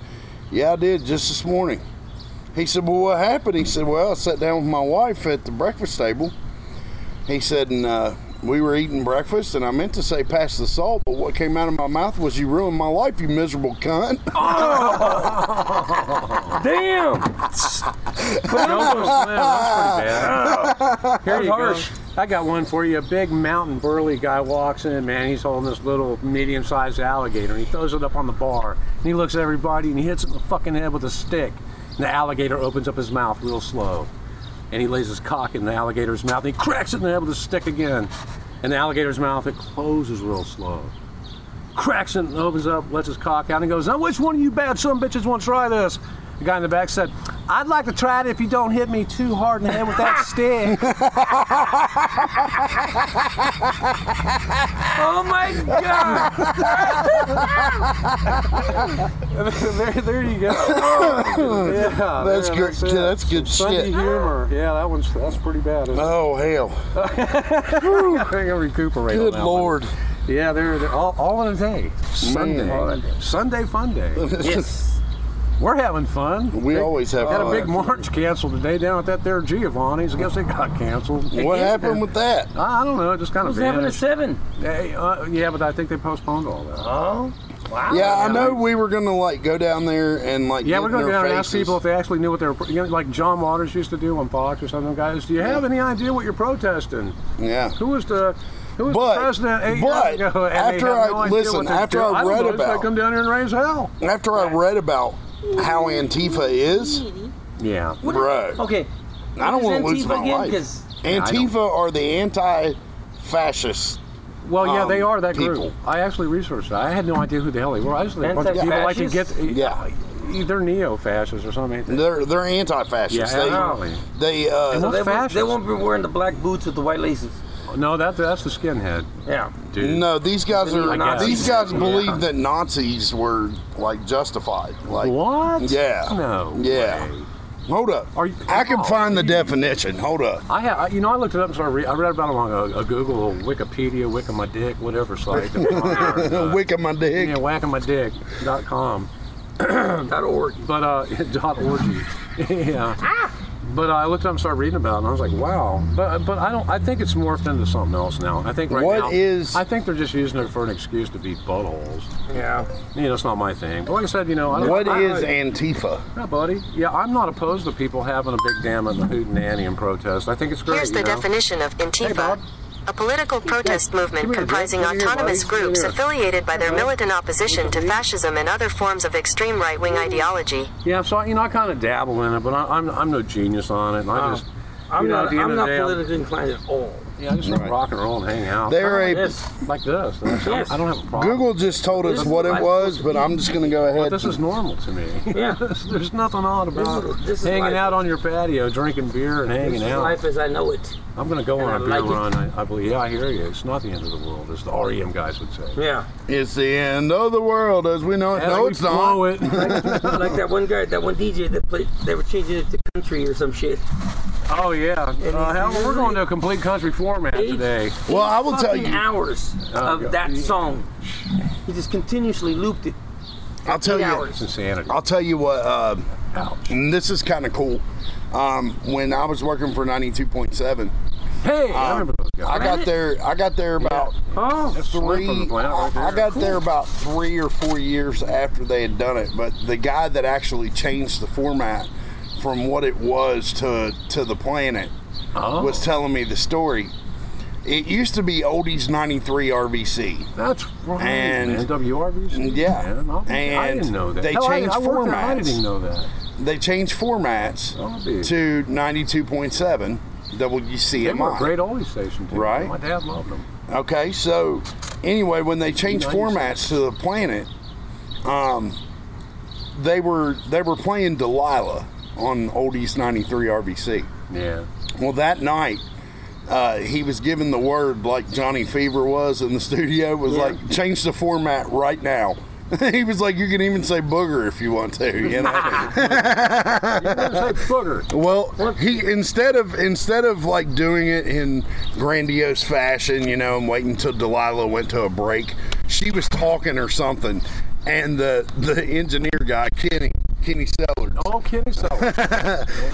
Speaker 1: Yeah, I did just this morning. He said, Well, what happened? He said, Well, I sat down with my wife at the breakfast table. He said, And uh, we were eating breakfast, and I meant to say pass the salt, but what came out of my mouth was, You ruined my life, you miserable cunt.
Speaker 5: Damn!
Speaker 2: Here you
Speaker 5: harsh.
Speaker 2: go. I got one for you. A big mountain burly guy walks in, man. He's holding this little medium sized alligator and he throws it up on the bar. And he looks at everybody and he hits it in the fucking head with a stick. And the alligator opens up his mouth real slow. And he lays his cock in the alligator's mouth and he cracks it in the head with a stick again. And the alligator's mouth, it closes real slow. Cracks it and opens up, lets his cock out, and goes, Now, which one of you bad son of bitches want to try this? The guy in the back said, I'd like to try it if you don't hit me too hard in the head with that stick.
Speaker 5: Oh my god!
Speaker 2: there, there you go. yeah,
Speaker 1: That's
Speaker 2: man,
Speaker 1: good-
Speaker 2: it.
Speaker 1: that's good
Speaker 2: Some Sunday
Speaker 1: shit.
Speaker 2: humor. Yeah, that one's that's pretty bad. Isn't
Speaker 1: Oh, hell.
Speaker 2: it? I think I recuperate. on
Speaker 1: Good
Speaker 2: that one.
Speaker 1: Lord.
Speaker 2: Yeah, they're, they're all, all in a day. Sunday, Sunday fun day.
Speaker 5: Yes.
Speaker 2: We're having fun.
Speaker 1: We always have
Speaker 2: Had
Speaker 1: fun.
Speaker 2: a big march canceled today down at that there Giovanni's. I guess it got canceled.
Speaker 1: What happened with that?
Speaker 2: I I don't know. It just kind of
Speaker 5: What's happening at
Speaker 2: vanished.
Speaker 5: seven?
Speaker 2: Hey, uh, yeah, but I think they postponed all that.
Speaker 5: Oh, wow.
Speaker 1: Yeah, I know we were gonna like go down there and like
Speaker 2: Yeah,
Speaker 1: get
Speaker 2: we're
Speaker 1: in
Speaker 2: going to go
Speaker 1: their
Speaker 2: down and ask
Speaker 1: faces.
Speaker 2: people if they actually knew what they were, you know, like John Waters used to do on Fox or something. Guys, do you have any idea what you're protesting?
Speaker 1: Yeah.
Speaker 2: Who was the who was
Speaker 1: But-
Speaker 2: the president eight
Speaker 1: but
Speaker 2: years ago? And they
Speaker 1: after
Speaker 2: have
Speaker 1: I-
Speaker 2: no idea what
Speaker 1: listen,
Speaker 2: they're
Speaker 1: after I
Speaker 2: doing?
Speaker 1: read
Speaker 2: don't know, it's like
Speaker 1: about-
Speaker 2: come down here and raise hell.
Speaker 1: After I read about how Antifa is,
Speaker 2: Yeah,
Speaker 1: bro,
Speaker 5: Okay.
Speaker 1: I don't
Speaker 5: What
Speaker 1: want
Speaker 5: is
Speaker 1: to lose
Speaker 5: Antifa
Speaker 1: my
Speaker 5: again?
Speaker 1: life.
Speaker 5: 'Cause-
Speaker 1: Antifa are the anti-fascists.
Speaker 2: Well, yeah,
Speaker 1: um,
Speaker 2: they are that
Speaker 1: people.
Speaker 2: group. I actually researched that. I had no idea who the hell they were. I just think a bunch of people like to get
Speaker 5: Anti-fascists?
Speaker 1: Yeah,
Speaker 2: either neo-fascists or something. ain't they?
Speaker 1: they're they're anti-fascists.
Speaker 2: Yeah,
Speaker 1: they
Speaker 2: absolutely.
Speaker 1: they
Speaker 5: So
Speaker 1: uh,
Speaker 5: they, won't, they
Speaker 2: fascists.
Speaker 5: won't be wearing the black boots with the white laces.
Speaker 2: No, that that's the skinhead
Speaker 5: Yeah.
Speaker 2: dude.
Speaker 1: no these guys
Speaker 5: They're
Speaker 1: are
Speaker 5: Nazis.
Speaker 1: these guys
Speaker 5: Yeah.
Speaker 1: believe that Nazis were like justified. Like
Speaker 2: What?
Speaker 1: Yeah.
Speaker 2: No.
Speaker 1: Yeah.
Speaker 2: way.
Speaker 1: Hold up,
Speaker 2: Are you-
Speaker 1: I can
Speaker 2: Oh,
Speaker 1: find the definition. Hold up.
Speaker 2: I ha I, you know, I looked it up and started. Re- I read about them on a, a Google, Wikipedia, Wicca my dick, whatever site. that was on there. Uh,
Speaker 1: Wick of my dick.
Speaker 2: yeah, whackingmydick.com.
Speaker 5: Dot org.
Speaker 2: But uh, dot orgy. yeah. But uh, I looked up and started reading about it, and I was like, "Wow!" But but I don't. I think it's morphed into something else now. I think right
Speaker 1: What
Speaker 2: now,
Speaker 1: is-
Speaker 2: I think they're just using it for an excuse to be buttholes.
Speaker 5: Yeah.
Speaker 2: You know, it's not my thing. But like I said, you know, I don't.
Speaker 1: What
Speaker 2: I-
Speaker 1: is
Speaker 2: I-
Speaker 1: Antifa?
Speaker 2: Yeah, buddy. Yeah, I'm not opposed to people having a big damn and a hootenanny and protest. I think it's great.
Speaker 11: Here's the
Speaker 2: you know?
Speaker 11: definition of
Speaker 2: Hey,
Speaker 11: Antifa.
Speaker 2: Bob.
Speaker 11: A political protest movement
Speaker 2: Come here,
Speaker 11: comprising
Speaker 2: Bob. Come here,
Speaker 11: autonomous
Speaker 2: buddy. Come
Speaker 11: groups
Speaker 2: here.
Speaker 11: affiliated by their militant opposition to fascism and other forms of extreme right-wing ideology.
Speaker 2: Yeah, so you know, I kind of dabble in it, but I, I'm I'm no genius on it, and
Speaker 1: Uh,
Speaker 2: I just
Speaker 5: I'm
Speaker 2: You know, at
Speaker 5: not,
Speaker 2: the end
Speaker 5: I'm
Speaker 2: of the
Speaker 5: not
Speaker 2: day, I'm-
Speaker 5: politically inclined at all.
Speaker 2: yeah, I just
Speaker 1: Right.
Speaker 2: rock and roll and hang out.
Speaker 1: They're a
Speaker 5: Yes.
Speaker 2: like this. That's-
Speaker 5: Yes.
Speaker 2: I don't have a problem.
Speaker 1: Google just told us what it was, but I'm just gonna go
Speaker 2: But
Speaker 1: ahead.
Speaker 2: this is normal to me.
Speaker 5: Yeah.
Speaker 2: There's- There's nothing odd about
Speaker 5: This is-
Speaker 2: it.
Speaker 5: this is
Speaker 2: hanging
Speaker 5: life.
Speaker 2: out on your patio, drinking beer, and hanging
Speaker 5: This is
Speaker 2: out.
Speaker 5: life as I know it.
Speaker 2: I'm gonna go
Speaker 5: and
Speaker 2: on
Speaker 5: I
Speaker 2: a beer
Speaker 5: like it.
Speaker 2: run. I, I believe. Yeah, I hear you. It's not the end of the world, as the REM guys would say.
Speaker 5: Yeah.
Speaker 1: it's the end of the world as we know it.
Speaker 2: Yeah,
Speaker 1: no,
Speaker 2: we
Speaker 1: it's
Speaker 2: blow
Speaker 1: not.
Speaker 2: It.
Speaker 5: like that one guy, that one DJ that played, they were changing it to country or some shit.
Speaker 2: oh yeah. Uh,
Speaker 5: it's
Speaker 2: hell, we're
Speaker 5: usually-
Speaker 2: going to a complete country format
Speaker 5: Eight-
Speaker 2: today.
Speaker 1: Well, I will tell
Speaker 5: Fucking
Speaker 1: you.
Speaker 5: hours of
Speaker 2: God.
Speaker 5: that song. He just continuously looped it.
Speaker 1: I'll tell
Speaker 5: Eight
Speaker 1: you.
Speaker 5: hours.
Speaker 2: It's insanity.
Speaker 1: I'll tell you what. Uh,
Speaker 2: Ouch.
Speaker 1: and this is kind of cool. Um, when I was working for 92.7,
Speaker 2: Hey, I remember those guys.
Speaker 1: I got there. I got there about
Speaker 5: Oh,
Speaker 2: That's the one from the
Speaker 1: three.
Speaker 2: planet right there.
Speaker 1: I got there about three or four years after they had done it. But the guy that actually changed the format from what it was to to the planet
Speaker 2: Oh,
Speaker 1: was telling me the story. It used to be oldies 93 RVC.
Speaker 2: Oh, that's right.
Speaker 1: and-
Speaker 2: man. WRBC.
Speaker 1: Yeah.
Speaker 2: man. I'll be- I
Speaker 1: And
Speaker 2: didn't know that.
Speaker 1: they
Speaker 2: Hell, I-
Speaker 1: changed
Speaker 2: I, worked there, I
Speaker 1: formats.
Speaker 2: didn't know that.
Speaker 1: They changed formats
Speaker 2: I'll be-
Speaker 1: to 92.7
Speaker 2: They were a
Speaker 1: WCMI.
Speaker 2: great oldie station too.
Speaker 1: Right.
Speaker 2: My dad loved them.
Speaker 1: Okay, so anyway, when they changed
Speaker 2: 96.
Speaker 1: formats to the planet, um, they were they were playing Delilah on Oldies '93 RVC.
Speaker 2: Yeah.
Speaker 1: Well, that night, uh, he was given the word like Johnny Fever was in the studio was
Speaker 2: Yeah.
Speaker 1: like change the format right now. he was like, you can even say booger if you want to. You know.
Speaker 2: booger.
Speaker 1: Well, he instead of instead of like doing it in grandiose fashion, you know, and waiting until Delilah went to a break, she was talking or something, and the the engineer guy Kenny Kenny Sellers.
Speaker 2: Oh, Kenny Sellers.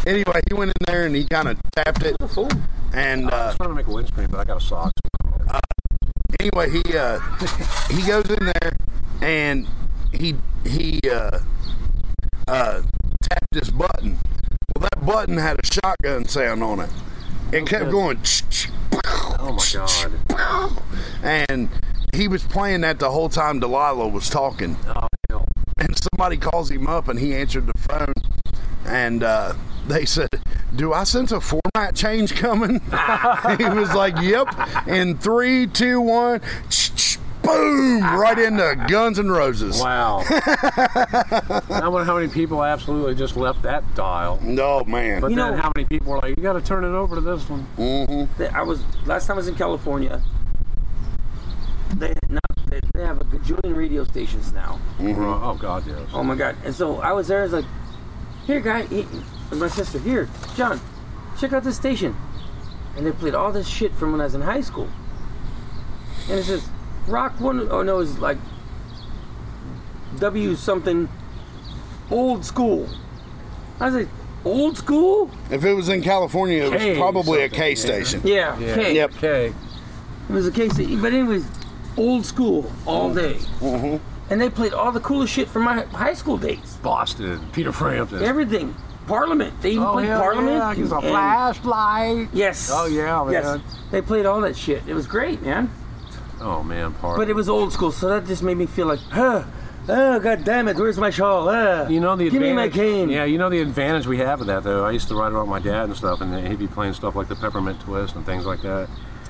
Speaker 1: anyway, he went in there and he kind of tapped it, and
Speaker 2: I
Speaker 1: uh,
Speaker 2: was trying to make a windscreen, but I got a sock.
Speaker 1: anyway, he uh, he goes in there and he he uh, uh, tapped this button. Well, that button had a shotgun sound on it. It kept going. Oh
Speaker 2: my god!
Speaker 1: And he was playing that the whole time Delilah was talking.
Speaker 2: Oh hell!
Speaker 1: And somebody calls him up and he answered the phone, and uh, they said, "Do I sense a format change coming?" he was like, "Yep." In three, two, one. Boom! Right into Guns N' Roses.
Speaker 2: Wow. I wonder how many people absolutely just left that dial.
Speaker 1: No Oh, man.
Speaker 2: But
Speaker 5: You
Speaker 2: then
Speaker 5: know-
Speaker 2: how many people were like, "You got to turn it over to this one."
Speaker 5: They- I was last time I was in California. They now they, they have a gajillion radio stations now.
Speaker 1: Mm-hmm.
Speaker 2: Right. Oh god, yes.
Speaker 5: Oh my god! And so I was there. I was like, "Here, guy," he, and my sister, "Here, John, check out this station." And they played all this shit from when I was in high school. And it says rock one. Oh no, it's like W something old school. I was like, "Old school?"
Speaker 1: If it was in California, it was
Speaker 5: K
Speaker 1: probably a
Speaker 5: something,
Speaker 1: K
Speaker 5: yeah.
Speaker 1: station.
Speaker 5: Yeah,
Speaker 2: Yeah.
Speaker 5: K.
Speaker 1: Yep.
Speaker 2: Okay.
Speaker 5: It was a K station, but anyways, old school all day. Mm-hmm. And they played all the coolest shit from my high school days.
Speaker 2: Boston, Peter Frampton.
Speaker 5: Everything. Parliament. They even
Speaker 2: Oh,
Speaker 5: played
Speaker 2: hell
Speaker 5: Parliament.
Speaker 2: yeah, use a
Speaker 5: and-
Speaker 2: flashlight.
Speaker 5: Yes.
Speaker 2: Oh, yeah, man.
Speaker 5: Yes. They played all that shit. It was great, man.
Speaker 2: Oh man, part.
Speaker 5: But it was old school, so that just made me feel like, huh, oh, god damn it, where's my shawl? Uh,
Speaker 2: You know the
Speaker 5: Give me my
Speaker 2: advantage.
Speaker 5: cane.
Speaker 2: Yeah, you know the advantage we have of that though. I used to ride around with my dad and stuff, and he'd be playing stuff like the Peppermint Twist and things like that.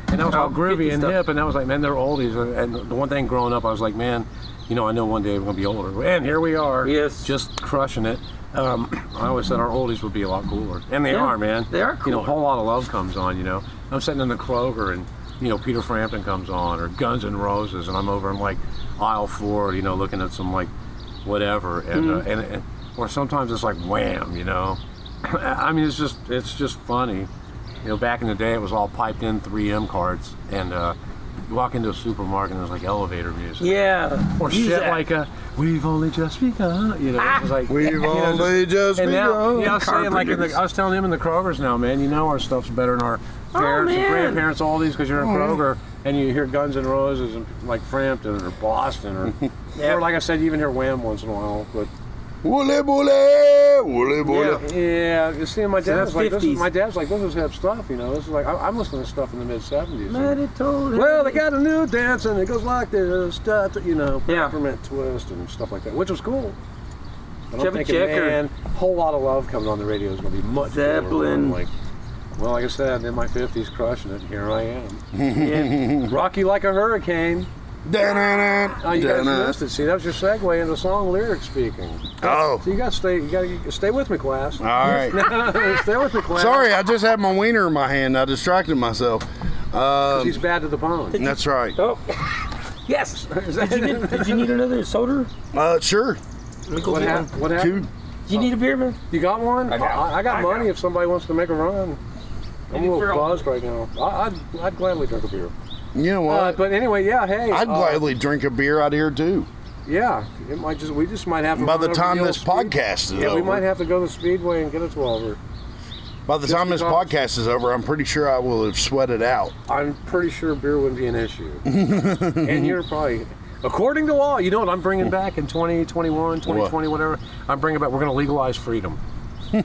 Speaker 2: And that was all
Speaker 5: Oh, 50
Speaker 2: groovy and
Speaker 5: stuff.
Speaker 2: hip, and I was like, man, they're oldies. And the one thing growing up, I was like, man, you know, I know one day I'm gonna be older, and here we are.
Speaker 5: Yes.
Speaker 2: just crushing it. Um, I always said our oldies would be a lot cooler, and they
Speaker 5: Yeah,
Speaker 2: are, man.
Speaker 5: they are
Speaker 2: You know, a
Speaker 5: cooler.
Speaker 2: whole lot of love comes on. You know, I'm sitting in the Kroger, and you know, Peter Frampton comes on, or Guns N' Roses, and I'm over in like aisle four, you know, looking at some like whatever, and,
Speaker 5: Mm.
Speaker 2: uh, and, and or sometimes it's like wham, you know. I mean, it's just it's just funny. You know, back in the day, it was all piped in 3M cards, and uh, you walk into a supermarket and there's like elevator music
Speaker 5: Yeah.
Speaker 2: or
Speaker 5: Use
Speaker 2: shit
Speaker 5: that. Ah.
Speaker 2: like uh, "We've only just begun," you know. it was like
Speaker 1: We've
Speaker 2: you know,
Speaker 1: only just
Speaker 2: and Now,
Speaker 1: begun.
Speaker 2: yeah, I was saying like in the, I was telling him in the Kroger's now, man. You know our stuff's better than our parents and
Speaker 5: man.
Speaker 2: grandparents, all these, because you're in
Speaker 1: Oh, yeah.
Speaker 2: Kroger and you hear Guns N' Roses and like Frampton or Boston or,
Speaker 5: Yeah.
Speaker 2: or like I said, you even hear Wham once in a while. But
Speaker 1: Wooly, wooly, wooly, wooly.
Speaker 2: yeah, you see, my
Speaker 5: the
Speaker 2: dad's like, this is,
Speaker 5: 50s.
Speaker 2: my dad's like, this is hip stuff, you know. This is like I, I'm listening to stuff in the mid '70s.
Speaker 5: Manitoba.
Speaker 2: Well, they got a new dance and it goes like this, da, da, you know,
Speaker 5: Yeah.
Speaker 2: peppermint twist and stuff like that, which was cool. But I'm
Speaker 5: Chubby
Speaker 2: thinking,
Speaker 5: Checker.
Speaker 2: man, whole lot of love coming on the radio is going to be much cooler when
Speaker 5: Zeppelin.
Speaker 2: I'm Like, well, like I said, in my 50s, crushing it. and Here I am. Yeah. Rocky like a hurricane.
Speaker 1: Da-na-na,
Speaker 2: Oh, you guys
Speaker 1: da-na.
Speaker 2: missed it. See, that was your segue into song lyric speaking.
Speaker 1: Oh,
Speaker 2: So you got to stay. You got to stay with me, class.
Speaker 1: all right.
Speaker 2: stay with me, class.
Speaker 1: Sorry, I just had my wiener in my hand. I distracted myself. Um,
Speaker 2: He's bad to the bone.
Speaker 1: that's right.
Speaker 5: Oh. yes. Did you, need, did you need another soda?
Speaker 1: Uh, sure.
Speaker 5: Let me go
Speaker 2: What
Speaker 5: get
Speaker 2: happened?
Speaker 5: one.
Speaker 2: What
Speaker 1: Two.
Speaker 2: happened?
Speaker 5: Do you need a beer, man?
Speaker 2: You got one? I
Speaker 5: got-
Speaker 2: I, I got
Speaker 5: I
Speaker 2: money if somebody wants to make a run. I'm a
Speaker 5: Maybe for
Speaker 2: little
Speaker 5: a-
Speaker 2: buzzed right now. I, I'd, I'd gladly drink a beer.
Speaker 1: You know what?
Speaker 2: Uh, but anyway, yeah, hey.
Speaker 1: I'd
Speaker 2: uh,
Speaker 1: gladly drink a beer out here too.
Speaker 2: Yeah, it might just we just might have. to
Speaker 1: By
Speaker 2: run
Speaker 1: the
Speaker 2: over
Speaker 1: time
Speaker 2: old
Speaker 1: this
Speaker 2: speed-
Speaker 1: podcast is
Speaker 2: yeah, we
Speaker 1: over.
Speaker 2: might have to go to the speedway and get a twelver.
Speaker 1: By the
Speaker 2: just
Speaker 1: time this
Speaker 2: because-
Speaker 1: podcast is over, I'm pretty sure I will have sweated out.
Speaker 2: I'm pretty sure beer wouldn't be an issue. and you're probably, according to law, you know what I'm bringing back in 2021, 2020, whatever. I'm bringing back. We're going to legalize freedom. we're,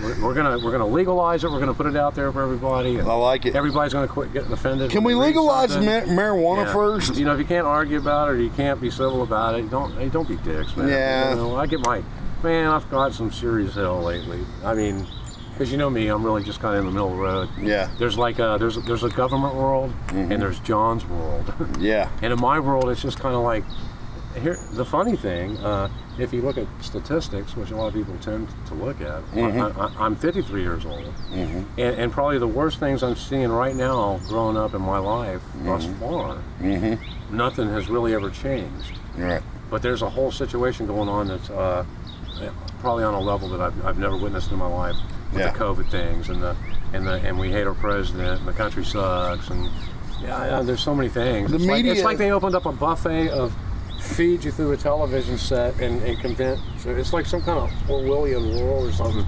Speaker 2: we're- we're gonna we're gonna legalize it. We're gonna put it out there for everybody. and
Speaker 1: I like it.
Speaker 2: Everybody's gonna quit getting offended.
Speaker 1: Can we
Speaker 2: when they read
Speaker 1: legalize
Speaker 2: something.
Speaker 1: ma- marijuana
Speaker 2: Yeah.
Speaker 1: first?
Speaker 2: You know, if you can't argue about it, or you can't be civil about it, don't hey, don't be dicks, man.
Speaker 1: Yeah.
Speaker 2: You know, I get my man. I've got some serious hell lately. I mean, because you know me, I'm really just kind of in the middle of the road.
Speaker 1: Yeah. Mm-hmm.
Speaker 2: There's like a there's there's a government world and there's John's world,
Speaker 1: Yeah.
Speaker 2: and in my world, it's just kind of like here, the funny thing, uh, if you look at statistics, which a lot of people tend to look at,
Speaker 12: Mhm.
Speaker 2: I, I, I'm 53 years old,
Speaker 12: Mm-hmm.
Speaker 2: and, and probably the worst things I'm seeing right now, growing up in my life thus
Speaker 12: Mhm.
Speaker 2: far,
Speaker 12: Mm-hmm.
Speaker 2: nothing has really ever changed.
Speaker 1: Right.
Speaker 2: But there's a whole situation going on that's uh, probably on a level that I've, I've never witnessed in my life with
Speaker 1: Yeah.
Speaker 2: the COVID things and the and the and we hate our president and the country sucks and yeah, yeah, there's so many things.
Speaker 1: The
Speaker 2: it's, like, it's
Speaker 1: media-
Speaker 2: like they opened up a buffet of feed you through a television set and, and convince. so It's like some kind of Orwellian world or something.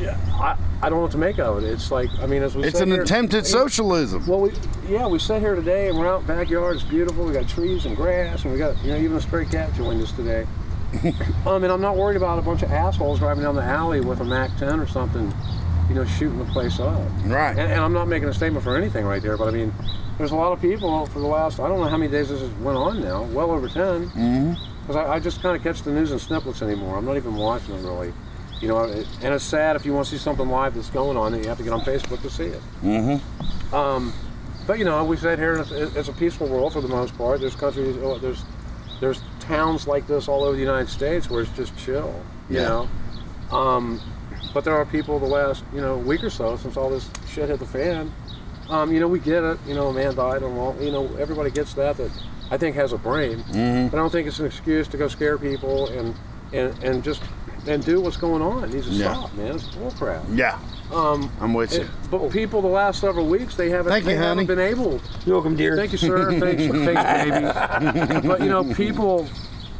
Speaker 2: Yeah, I, I don't know what to make of it. It's like I mean, as we
Speaker 1: Mm-hmm. It's
Speaker 2: sit
Speaker 1: an
Speaker 2: here-
Speaker 1: attempt at socialism.
Speaker 2: Well, we yeah, we sit here today and we're out backyard. It's beautiful. We got trees and grass, and we got you know even a stray cat joined us today. I mean, I'm not worried about a bunch of assholes driving down the alley with a Mac 10 or something, you know, shooting the place up.
Speaker 1: Right.
Speaker 2: And, and I'm not making a statement for anything right there, but I mean, there's a lot of people for the last I don't know how many days this has went on now, well over 10.
Speaker 1: Mm-hmm.
Speaker 2: Because I, I just kind of catch the news in snippets anymore. I'm not even watching them really. You know, it, and it's sad if you want to see something live that's going on, then you have to get on Facebook to see it.
Speaker 1: Mm-hmm.
Speaker 2: Um, but you know, we said here it's, it's a peaceful world for the most part. There's countries, oh, there's there's towns like this all over the United States where it's just chill. You
Speaker 1: Yeah.
Speaker 2: know, um, but there are people the last you know week or so since all this shit hit the fan. Um, you know, we get it. You know, a man died and all. You know, everybody gets that. That I think has a brain.
Speaker 1: Mhm.
Speaker 2: But I don't think it's an excuse to go scare people and and and just and do what's going on. It needs to
Speaker 1: Yeah.
Speaker 2: stop, man. It's bullcrap.
Speaker 1: Yeah.
Speaker 2: Um,
Speaker 1: I'm with
Speaker 2: it-
Speaker 1: you.
Speaker 2: But people, the last several weeks, they haven't,
Speaker 1: Thank you,
Speaker 2: they
Speaker 1: honey.
Speaker 2: haven't been able.
Speaker 1: You're welcome, dear.
Speaker 2: Thank you, sir. thanks, thanks, baby. But you know, people,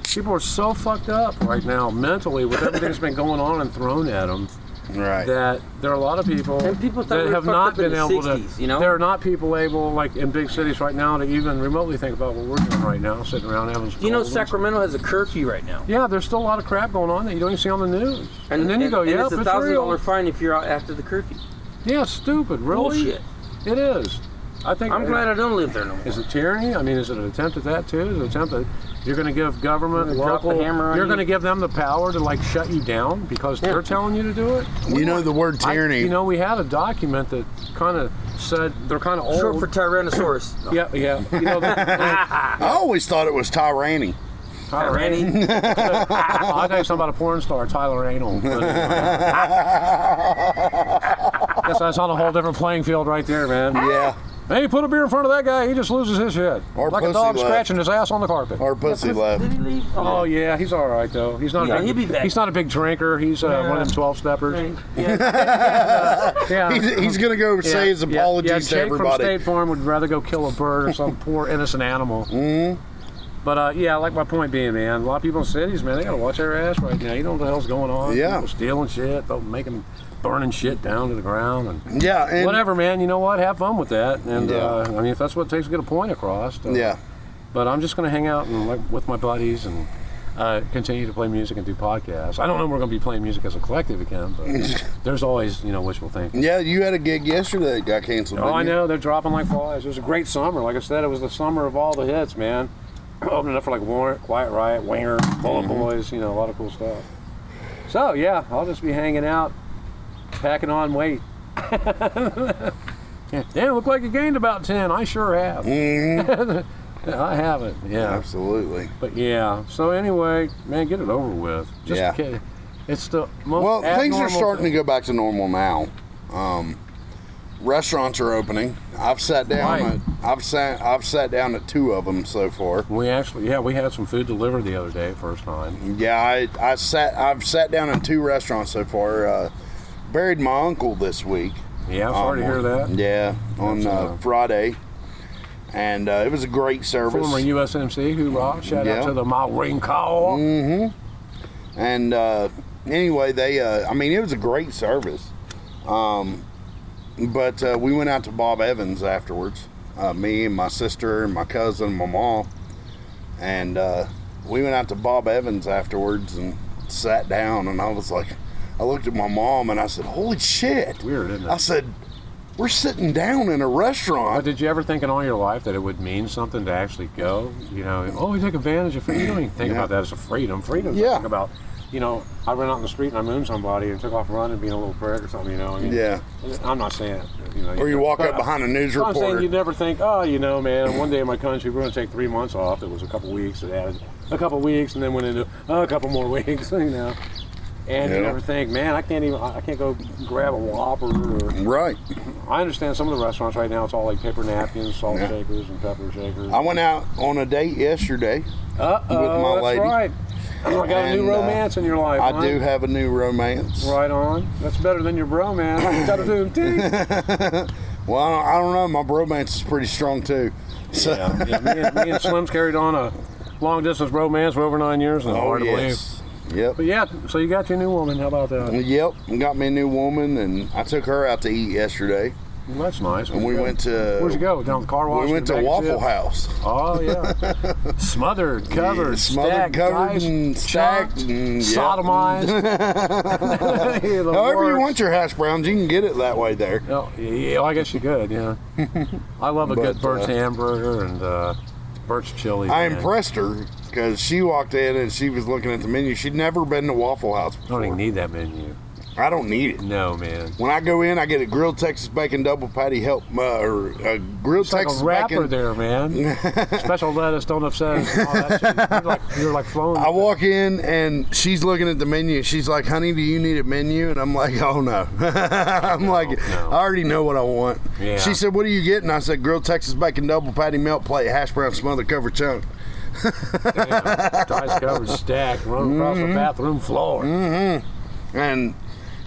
Speaker 2: people are so fucked up right now mentally with everything that's been going on and thrown at them.
Speaker 1: Right.
Speaker 2: That there are a lot of people,
Speaker 5: And people thought we
Speaker 2: that
Speaker 5: were
Speaker 2: have
Speaker 5: fucked
Speaker 2: not
Speaker 5: up in
Speaker 2: been
Speaker 5: the
Speaker 2: able
Speaker 5: 60s,
Speaker 2: to.
Speaker 5: you know?
Speaker 2: there are not people able, like in big cities right now, to even remotely think about what we're doing right now, sitting around having.
Speaker 5: You know,
Speaker 2: scrolls and
Speaker 5: Sacramento has a curfew right now.
Speaker 2: yeah, there's still a lot of crap going on that you don't even see on the news. And, then you go,
Speaker 5: and
Speaker 2: yeah,
Speaker 5: it's a
Speaker 2: it's
Speaker 5: thousand
Speaker 2: real."
Speaker 5: dollar fine if you're out after the curfew.
Speaker 2: Yeah, stupid, really.
Speaker 5: Bullshit.
Speaker 2: It is. I think.
Speaker 5: I'm glad I don't live there no more.
Speaker 2: Is it tyranny? I mean, is it an attempt at that too? Is it an attempt at you're going to give government,
Speaker 5: Drop the
Speaker 2: local,
Speaker 5: hammer on
Speaker 2: you're
Speaker 5: you.
Speaker 2: going to give them the power to like shut you down because they're telling you to do it?
Speaker 1: You know the word
Speaker 2: I-
Speaker 1: tyranny.
Speaker 2: you know, we had a document that kind of said they're kind of old.
Speaker 5: Short for Tyrannosaurus.
Speaker 2: yeah, yeah. You know,
Speaker 1: I always thought it was tyranny.
Speaker 2: Tyranny. I think something about a porn star, Tyler Anal. Guess that's on a whole different playing field right there, man.
Speaker 1: Yeah.
Speaker 2: Hey, put a beer in front of that guy, he just loses his shit.
Speaker 1: Or
Speaker 2: like a
Speaker 1: pussy
Speaker 2: dog
Speaker 1: left.
Speaker 2: scratching his ass on the carpet.
Speaker 1: Or pussy left.
Speaker 2: Oh yeah, he's all right though. He's not.
Speaker 1: Yeah,
Speaker 2: a big,
Speaker 1: he'll be back.
Speaker 2: He's not a big drinker. He's uh, one of them twelve steppers. Uh, um, Yeah.
Speaker 1: He's, he's gonna go say his apologies
Speaker 2: yeah,
Speaker 1: to
Speaker 2: Jake
Speaker 1: everybody.
Speaker 2: From State Farm would rather go kill a bird or some poor innocent animal.
Speaker 1: Mhm.
Speaker 2: But uh, yeah, like my point being, man, a lot of people in cities, man, they gotta watch their ass right now. You know what the hell's going on?
Speaker 1: Yeah.
Speaker 2: people stealing shit, but making burning shit down to the ground and
Speaker 1: Yeah, and-
Speaker 2: whatever, man. You know what? Have fun with that. And
Speaker 1: Yeah.
Speaker 2: uh, I mean, if that's what it takes to get a point across. uh,
Speaker 1: Yeah.
Speaker 2: But I'm just gonna hang out and like with my buddies and. Uh, continue to play music and do podcasts. I don't know if we're going to be playing music as a collective again, but there's always, you know, wishful thinking.
Speaker 1: Yeah, you had a gig yesterday that got canceled.
Speaker 2: Oh,
Speaker 1: didn't
Speaker 2: I
Speaker 1: you?
Speaker 2: know they're dropping like flies. It was a great summer. Like I said, it was the summer of all the hits, man. Opening up for like Warrant, Quiet Riot, Winger, Bullet Boys, you know, a lot of cool stuff. So yeah, I'll just be hanging out, packing on weight. yeah, look like you gained about ten. I sure have. I haven't. Yeah,
Speaker 1: absolutely.
Speaker 2: But yeah. So anyway, man, get it over with. Just
Speaker 1: Yeah.
Speaker 2: ki- It's the most
Speaker 1: well, things are
Speaker 2: abnormal
Speaker 1: starting
Speaker 2: thing.
Speaker 1: to go back to normal now. Um, restaurants are opening. I've sat down.
Speaker 2: Right.
Speaker 1: At, I've sat. I've sat down at two of them so far.
Speaker 2: We actually, yeah, we had some food delivered the other day, first time.
Speaker 1: Yeah, I, I sat. I've sat down in two restaurants so far. Uh, buried my uncle this week. Um,
Speaker 2: Yeah, I'm sorry to hear that.
Speaker 1: Yeah, on
Speaker 2: That's,
Speaker 1: uh,
Speaker 2: uh,
Speaker 1: Friday, and uh, it was a great service.
Speaker 2: Former USMC who rocked. Shout
Speaker 1: Yeah.
Speaker 2: out to the Ma Ring Call.
Speaker 1: Mm-hmm. And uh, anyway, they, uh, I mean, it was a great service. Um, but uh, we went out to Bob Evans afterwards. Uh, me and my sister and my cousin, my mom. And uh, we went out to Bob Evans afterwards and sat down. And I was like, I looked at my mom and I said, Holy shit.
Speaker 2: Weird, isn't it?
Speaker 1: I said, We're sitting down in a restaurant.
Speaker 2: But did you ever think in all your life that it would mean something to actually go? You know, oh, we take advantage of freedom. You don't even think
Speaker 1: Yeah.
Speaker 2: about that as a freedom. Freedom's
Speaker 1: Yeah.
Speaker 2: yeah. about, you know, I ran out in the street and I mooned somebody and took off running, being a little prick or something, you know. I mean,
Speaker 1: Yeah.
Speaker 2: I'm not saying You know,
Speaker 1: Or you walk up behind a news
Speaker 2: I'm saying
Speaker 1: reporter.
Speaker 2: you never think, oh, you know, man, one day in my country we're going to take three months off. It was a couple weeks. It added a couple weeks, and then went into oh, a couple more weeks. You know, and
Speaker 1: Yeah.
Speaker 2: you never think, man, I can't even, I I can't go grab a Whopper. Or,
Speaker 1: right.
Speaker 2: I understand some of the restaurants right now. It's all like paper napkins, salt shakers, and pepper shakers.
Speaker 1: I went out on a date yesterday
Speaker 2: Uh-oh,
Speaker 1: with my
Speaker 2: that's
Speaker 1: lady.
Speaker 2: right. You got a
Speaker 1: And,
Speaker 2: new
Speaker 1: uh,
Speaker 2: romance in your life.
Speaker 1: I
Speaker 2: huh?
Speaker 1: do have a new romance.
Speaker 2: Right on. That's better than your bromance. You gotta do them too.
Speaker 1: Well, I don't, I don't know. My bromance is pretty strong too. So.
Speaker 2: Yeah, yeah, me, and, me and Slim's carried on a long distance romance for over nine years now.
Speaker 1: Oh,
Speaker 2: hard
Speaker 1: yes.
Speaker 2: to
Speaker 1: believe. Yep.
Speaker 2: But yeah, so you got your new woman. How about uh, that?
Speaker 1: Yep, got me a new woman, and I took her out to eat yesterday.
Speaker 2: That's nice.
Speaker 1: And we went
Speaker 2: Where'd you go?
Speaker 1: to
Speaker 2: Where'd you go? Down the car wash
Speaker 1: We went
Speaker 2: and
Speaker 1: to
Speaker 2: bag of
Speaker 1: Waffle
Speaker 2: chips?
Speaker 1: House.
Speaker 2: Oh yeah, smothered, covered,
Speaker 1: Yeah, smothered,
Speaker 2: stacked,
Speaker 1: covered,
Speaker 2: diced,
Speaker 1: and stacked,
Speaker 2: chopped,
Speaker 1: and- yep.
Speaker 2: sodomized. Yeah, the
Speaker 1: However you
Speaker 2: works.
Speaker 1: want your hash browns, you can get it that way there.
Speaker 2: Oh, yeah, well, I guess you could. Yeah, I love a good
Speaker 1: But,
Speaker 2: Burt's
Speaker 1: uh,
Speaker 2: hamburger and uh, Burt's chili.
Speaker 1: I
Speaker 2: man.
Speaker 1: impressed her because she walked in and she was looking at the menu. She'd never been to Waffle House
Speaker 2: I don't even need that menu.
Speaker 1: I don't need it.
Speaker 2: No, man.
Speaker 1: When I go in, I get a grilled Texas bacon double patty help, uh, or a grilled
Speaker 2: It's like
Speaker 1: Texas
Speaker 2: a rapper
Speaker 1: bacon.
Speaker 2: there, man. Special lettuce, don't upset. us, and all that shit. You're like you're like flowing.
Speaker 1: I walk in and she's looking at the menu. She's like, "Honey, do you need a menu?" And I'm like, "Oh no." I'm like, "I already know what I want."
Speaker 2: Yeah.
Speaker 1: She said, "What are you getting?" I said, "Grilled Texas bacon double patty melt plate, hash brown smothered covered chunk."
Speaker 2: Dice covered stack, run across the bathroom floor.
Speaker 1: Mm-hmm. And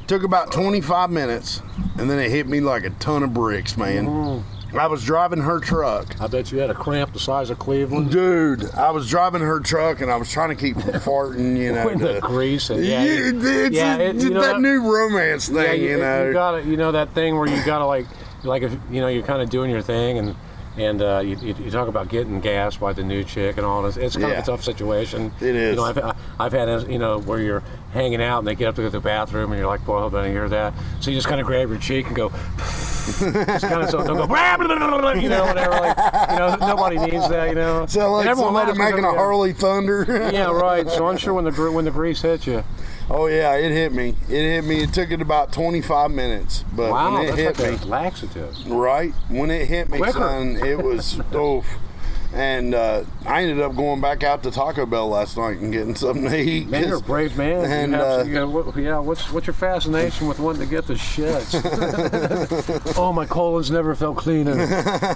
Speaker 1: took about 25 minutes, and then it hit me like a ton of bricks, man.
Speaker 2: Mm.
Speaker 1: I was driving her truck.
Speaker 2: I bet you had a cramp the size of Cleveland.
Speaker 1: Dude, I was driving her truck and I was trying to keep from farting, you know.
Speaker 2: With the grease and- yeah,
Speaker 1: You-
Speaker 2: it-
Speaker 1: it's
Speaker 2: yeah, it- you know
Speaker 1: that
Speaker 2: what?
Speaker 1: new romance thing,
Speaker 2: Yeah,
Speaker 1: you, know.
Speaker 2: You got to You know that thing where you gotta like, like if you know you're kind of doing your thing and. And uh, you, you, you talk about getting gassed by the new chick and all this. It's kind
Speaker 1: Yeah.
Speaker 2: of a tough situation.
Speaker 1: It
Speaker 2: You
Speaker 1: is.
Speaker 2: know, I've, uh, I've had you know where you're hanging out and they get up to go to the bathroom and you're like, boy, I hope I didn't hear that. So you just kind of grab your cheek and go. It's kind of so they'll go, "Blah, blah, blah, blah, blah," you know, whatever. Like, you know, nobody needs that, you know.
Speaker 1: So like
Speaker 2: And everyone
Speaker 1: somebody
Speaker 2: laughs 'cause
Speaker 1: making a
Speaker 2: everybody-
Speaker 1: Harley Thunder.
Speaker 2: Yeah, right. So I'm sure when the gr- when the grease hits you.
Speaker 1: Oh yeah, it hit me. It hit me. It took it about 25 minutes, but
Speaker 2: wow,
Speaker 1: when it
Speaker 2: that's
Speaker 1: hit
Speaker 2: like
Speaker 1: me,
Speaker 2: a laxative.
Speaker 1: right when it hit me,
Speaker 2: Quicker.
Speaker 1: son, it was oof. And uh, I ended up going back out to Taco Bell last night and getting something to eat.
Speaker 2: Man, you're a brave man. You
Speaker 1: And,
Speaker 2: have-
Speaker 1: uh,
Speaker 2: you got- what- yeah, what's what's your fascination with wanting to get the shits? oh, my colon's never felt cleaner,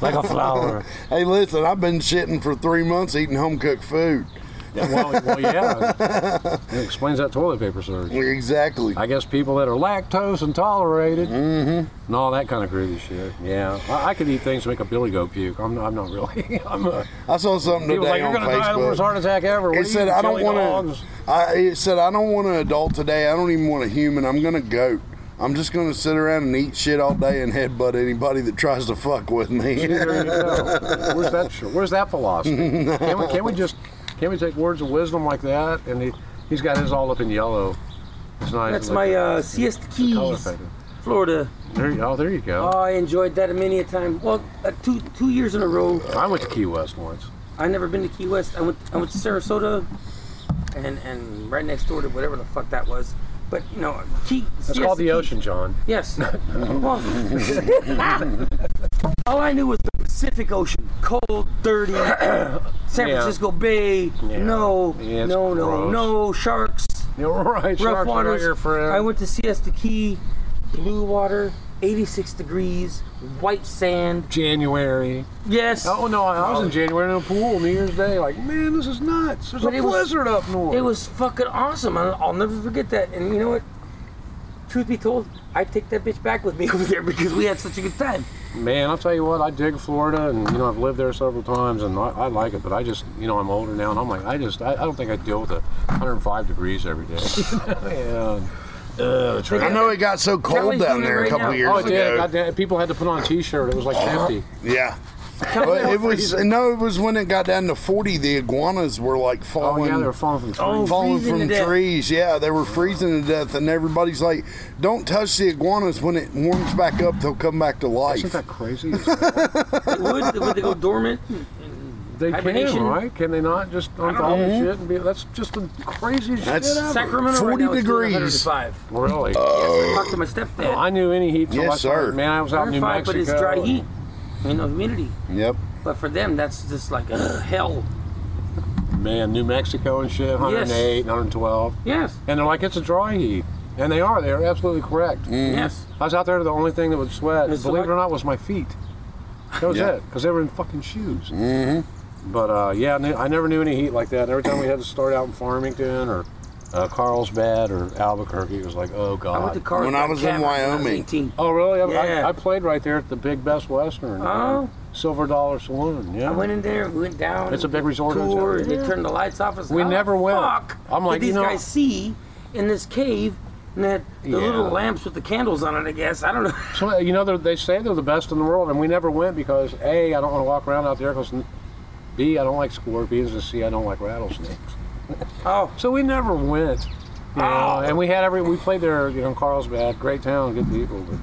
Speaker 2: like a flower.
Speaker 1: hey, listen, I've been shitting for three months eating home cooked food.
Speaker 2: Yeah, well, well, yeah. It explains that toilet paper surge.
Speaker 1: Exactly.
Speaker 2: I guess people that are lactose intolerated
Speaker 1: Mm-hmm.
Speaker 2: and all that kind of groovy shit. Yeah, I, I could eat things to make a billy go puke. I'm, I'm not really. I'm a,
Speaker 1: I saw something
Speaker 2: People
Speaker 1: today
Speaker 2: like, "You're
Speaker 1: on
Speaker 2: gonna die of the
Speaker 1: Facebook.
Speaker 2: worst heart attack ever. What are
Speaker 1: It
Speaker 2: you
Speaker 1: said,
Speaker 2: eating,
Speaker 1: "I don't
Speaker 2: chili
Speaker 1: want
Speaker 2: dogs?"
Speaker 1: to." I it said, "I don't want an adult today. I don't even want a human. I'm gonna goat. I'm just gonna sit around and eat shit all day and headbutt anybody that tries to fuck with me."
Speaker 2: There you go. Where's that? Where's that philosophy? Can we, can we just can we take words of wisdom like that? And he, he's got his all up in yellow. It's nice.
Speaker 5: That's
Speaker 2: Look
Speaker 5: my
Speaker 2: at
Speaker 5: uh,
Speaker 2: the
Speaker 5: Siesta
Speaker 2: color
Speaker 5: Keys,
Speaker 2: faded.
Speaker 5: Florida.
Speaker 2: There you, oh, there you
Speaker 5: Oh,
Speaker 2: go.
Speaker 5: I enjoyed that many a time. Well, uh, two two years in a row.
Speaker 2: I went to Key West once.
Speaker 5: I never been to Key West. I went I went to Sarasota, and and right next door to whatever the fuck that was. But you know, Key.
Speaker 2: That's called the ocean, John.
Speaker 5: Yes. Well, all I knew was the Pacific Ocean, cold, dirty, San
Speaker 2: Yeah.
Speaker 5: Francisco Bay. No,
Speaker 2: Yeah, it's
Speaker 5: no, no,
Speaker 2: gross.
Speaker 5: no sharks.
Speaker 2: right,
Speaker 5: rough
Speaker 2: sharks are not
Speaker 5: waters.
Speaker 2: your friend.
Speaker 5: I went to Siesta Key, blue water, 86 degrees, white sand.
Speaker 2: January.
Speaker 5: Yes.
Speaker 2: Oh no, I, I was in January in a pool New Year's Day. Like, man, this is nuts. There's
Speaker 5: But
Speaker 2: a
Speaker 5: it was-
Speaker 2: blizzard up north.
Speaker 5: It was fucking awesome. I'll, I'll never forget that. And you know what? Truth be told, I take that bitch back with me over there because we had such a good time.
Speaker 2: Man, I'll tell you what, I dig Florida, and you know I've lived there several times, and I, I like it. But I just, you know, I'm older now, and I'm like, I just, I, I don't think I deal with the 105 degrees every day. yeah. Uh,
Speaker 1: I know it got so cold
Speaker 2: Kelly's
Speaker 1: down
Speaker 2: doing it
Speaker 1: there a
Speaker 2: right
Speaker 1: couple
Speaker 2: now.
Speaker 1: years
Speaker 2: oh, it did.
Speaker 1: ago.
Speaker 2: Goddamn, people had to put on a T-shirt. It was like empty.
Speaker 1: Yeah. But it was no, it was when it got down to forty. The iguanas were like
Speaker 5: Oh,
Speaker 1: falling.
Speaker 2: Oh, they were falling from trees.
Speaker 1: falling
Speaker 2: freezing
Speaker 1: from
Speaker 2: to death.
Speaker 1: trees. Yeah, they were freezing to death, and everybody's like, "Don't touch the iguanas. When it warms back up, they'll come back to life."
Speaker 2: Isn't that crazy? Hmm.
Speaker 5: Would, would they go dormant?
Speaker 2: They
Speaker 5: I
Speaker 2: can,
Speaker 5: believe you.
Speaker 2: right? Can they not just
Speaker 5: I don't
Speaker 2: unfollow
Speaker 5: know.
Speaker 2: the shit and be? That's just the craziest
Speaker 5: That's Uh,
Speaker 2: shit ever.
Speaker 5: Sacramento right 40 now is doing 105.
Speaker 2: Really?
Speaker 5: I talked to my stepdad.
Speaker 2: Well, Oh, I knew any heat. till I started- Man, I was out in New
Speaker 5: 105,
Speaker 2: Mexico.
Speaker 5: But it's dry
Speaker 2: and-
Speaker 5: heat. I mean, no humidity.
Speaker 1: Yep.
Speaker 5: But for them, that's just like uh, hell.
Speaker 2: Man, New Mexico and shit, 108, 112.
Speaker 5: Yes.
Speaker 2: And they're like, it's a dry heat. And they are. They are absolutely correct.
Speaker 5: Yes.
Speaker 2: I was out there. The only thing that would sweat,
Speaker 5: It's
Speaker 2: believe
Speaker 5: like-
Speaker 2: it or not, was my feet. That was
Speaker 5: Yeah.
Speaker 2: it, because they were in fucking shoes. Mm-hmm. But uh, yeah, I knew- I never knew any heat like that. And every time we had to start out in Farmington or uh, Carlsbad or Albuquerque, it was like, oh god.
Speaker 5: went to Carlsbad When I was in Cameron when I was Wyoming. 18.
Speaker 2: Oh really? I,
Speaker 5: Yeah.
Speaker 2: I, I played right there at the Big Best Western.
Speaker 5: Oh.
Speaker 2: uh, Silver Dollar Saloon. Yeah.
Speaker 5: I went in there, we went down.
Speaker 2: It's a big resort hotel.
Speaker 5: Tour, They
Speaker 2: Yeah.
Speaker 5: turned the lights off. I was
Speaker 2: We
Speaker 5: like, "How
Speaker 2: never
Speaker 5: the
Speaker 2: went.
Speaker 5: Fuck
Speaker 2: I'm like,
Speaker 5: did
Speaker 2: you
Speaker 5: these
Speaker 2: know-
Speaker 5: guys see in this cave, and that the
Speaker 2: Yeah.
Speaker 5: little lamps with the candles on it. I guess I don't know.
Speaker 2: So you know they're- they say they're the best in the world, and we never went because a I don't want to walk around out there because b I don't like scorpions and c I don't like rattlesnakes.
Speaker 5: Oh,
Speaker 2: so we never went. You know, and we had every we played there you know in Carlsbad, great town, good people, but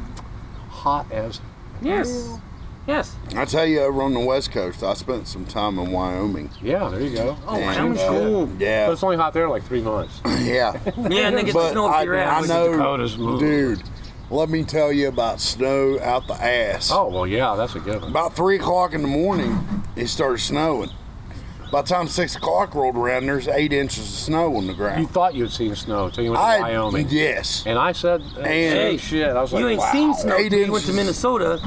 Speaker 2: hot as
Speaker 5: Yes. Yes.
Speaker 1: I tell you, over on the West Coast, I spent some time in Wyoming.
Speaker 2: yeah. There you go.
Speaker 1: Oh, Wyoming's cool. Yeah.
Speaker 2: But it's only hot there like three months.
Speaker 1: Yeah.
Speaker 2: Yeah, and they get
Speaker 1: But
Speaker 2: snow up
Speaker 1: I,
Speaker 2: your ass.
Speaker 1: I know,
Speaker 2: Dakotas, ugh.
Speaker 1: dude. Let me tell you about snow out the ass.
Speaker 2: Oh well, yeah, that's a given.
Speaker 1: About three o'clock in the morning, it started snowing. By the time six o'clock rolled around, there's eight inches of snow on the ground.
Speaker 2: You thought you had seen snow until you went to
Speaker 1: I-
Speaker 2: Wyoming.
Speaker 1: Yes.
Speaker 2: And I said, and
Speaker 1: Hey,
Speaker 2: shit. I was like,
Speaker 5: you ain't
Speaker 2: wow.
Speaker 5: seen snow. till You went to Minnesota,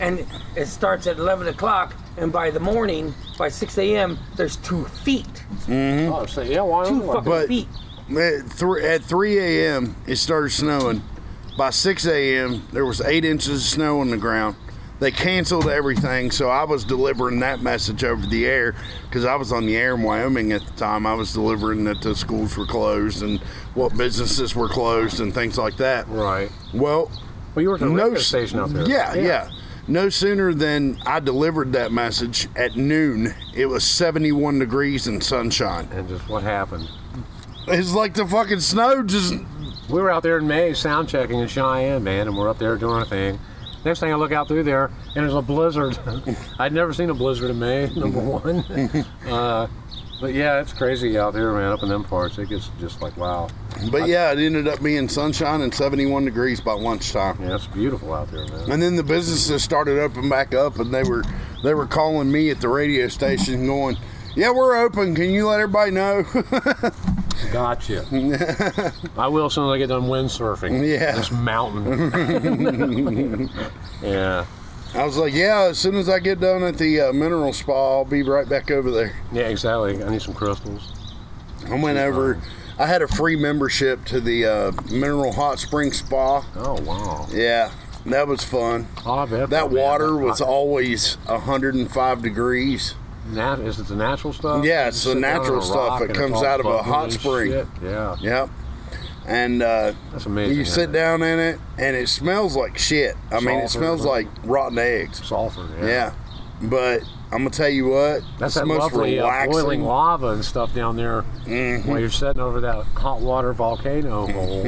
Speaker 5: and it starts at 11 o'clock, and by the morning, by 6 a.m., there's two feet.
Speaker 1: Mhm.
Speaker 2: Oh, so yeah, why
Speaker 5: Two fucking
Speaker 1: but
Speaker 5: feet.
Speaker 1: At, thr- at 3 a.m., it started snowing. By 6 a.m., there was eight inches of snow on the ground. They canceled everything, so I was delivering that message over the air because I was on the air in Wyoming at the time. I was delivering that the schools were closed and what businesses were closed and things like that.
Speaker 2: Right.
Speaker 1: Well,
Speaker 2: well, you were
Speaker 1: at a
Speaker 2: radio station out there.
Speaker 1: Yeah,
Speaker 2: Yeah.
Speaker 1: yeah, No sooner than I delivered that message at noon, it was 71 degrees and sunshine.
Speaker 2: And just what happened?
Speaker 1: It's like the fucking snow just.
Speaker 2: We were out there in May sound checking in Cheyenne, man, and we're up there doing our thing. Next thing I look out through there, and there's a blizzard. I'd never seen a blizzard in May, number one.
Speaker 1: Mm-hmm.
Speaker 2: uh, but yeah, it's crazy out there, man, up in them parts. It gets just like, wow.
Speaker 1: But yeah, it ended up being sunshine and 71 degrees by lunchtime.
Speaker 2: Yeah, it's beautiful out there, man.
Speaker 1: And then the businesses started opening back up, and they were they were calling me at the radio station, going, "Yeah, we're open. Can you let everybody know?"
Speaker 2: Gotcha. I will as soon as I get done windsurfing.
Speaker 1: Yeah.
Speaker 2: This mountain. yeah.
Speaker 1: I was like, "Yeah, as soon as I get done at the uh, mineral spa, I'll be right back over there."
Speaker 2: Yeah, exactly. I need some crystals.
Speaker 1: I went over. I had a free membership to the uh, Mineral Hot Spring Spa.
Speaker 2: Oh wow! Oh,
Speaker 1: Yeah, that was fun.
Speaker 2: I bet
Speaker 1: that
Speaker 2: man,
Speaker 1: water
Speaker 2: that's
Speaker 1: was
Speaker 2: hot.
Speaker 1: always 105 degrees.
Speaker 2: Nat- is it the natural stuff?
Speaker 1: Yeah,
Speaker 2: You
Speaker 1: it's
Speaker 2: just
Speaker 1: the
Speaker 2: sit down on
Speaker 1: natural
Speaker 2: a
Speaker 1: stuff.
Speaker 2: rock
Speaker 1: It
Speaker 2: and
Speaker 1: comes
Speaker 2: all
Speaker 1: out of a
Speaker 2: bubbling
Speaker 1: hot
Speaker 2: and
Speaker 1: spring.
Speaker 2: shit. Yeah.
Speaker 1: Yep. And uh, that's
Speaker 2: amazing,
Speaker 1: You sit
Speaker 2: isn't it?
Speaker 1: down in it, and it smells like shit. I mean, it
Speaker 2: Sulfur,
Speaker 1: smells
Speaker 2: huh?
Speaker 1: like rotten eggs.
Speaker 2: Sulfur. Yeah.
Speaker 1: Yeah. But I'm gonna tell you what.
Speaker 2: That's
Speaker 1: it's
Speaker 2: that
Speaker 1: the most
Speaker 2: lovely uh,
Speaker 1: relaxing. Mm-hmm.
Speaker 2: boiling lava and stuff down there while you're sitting over that hot water volcano hole.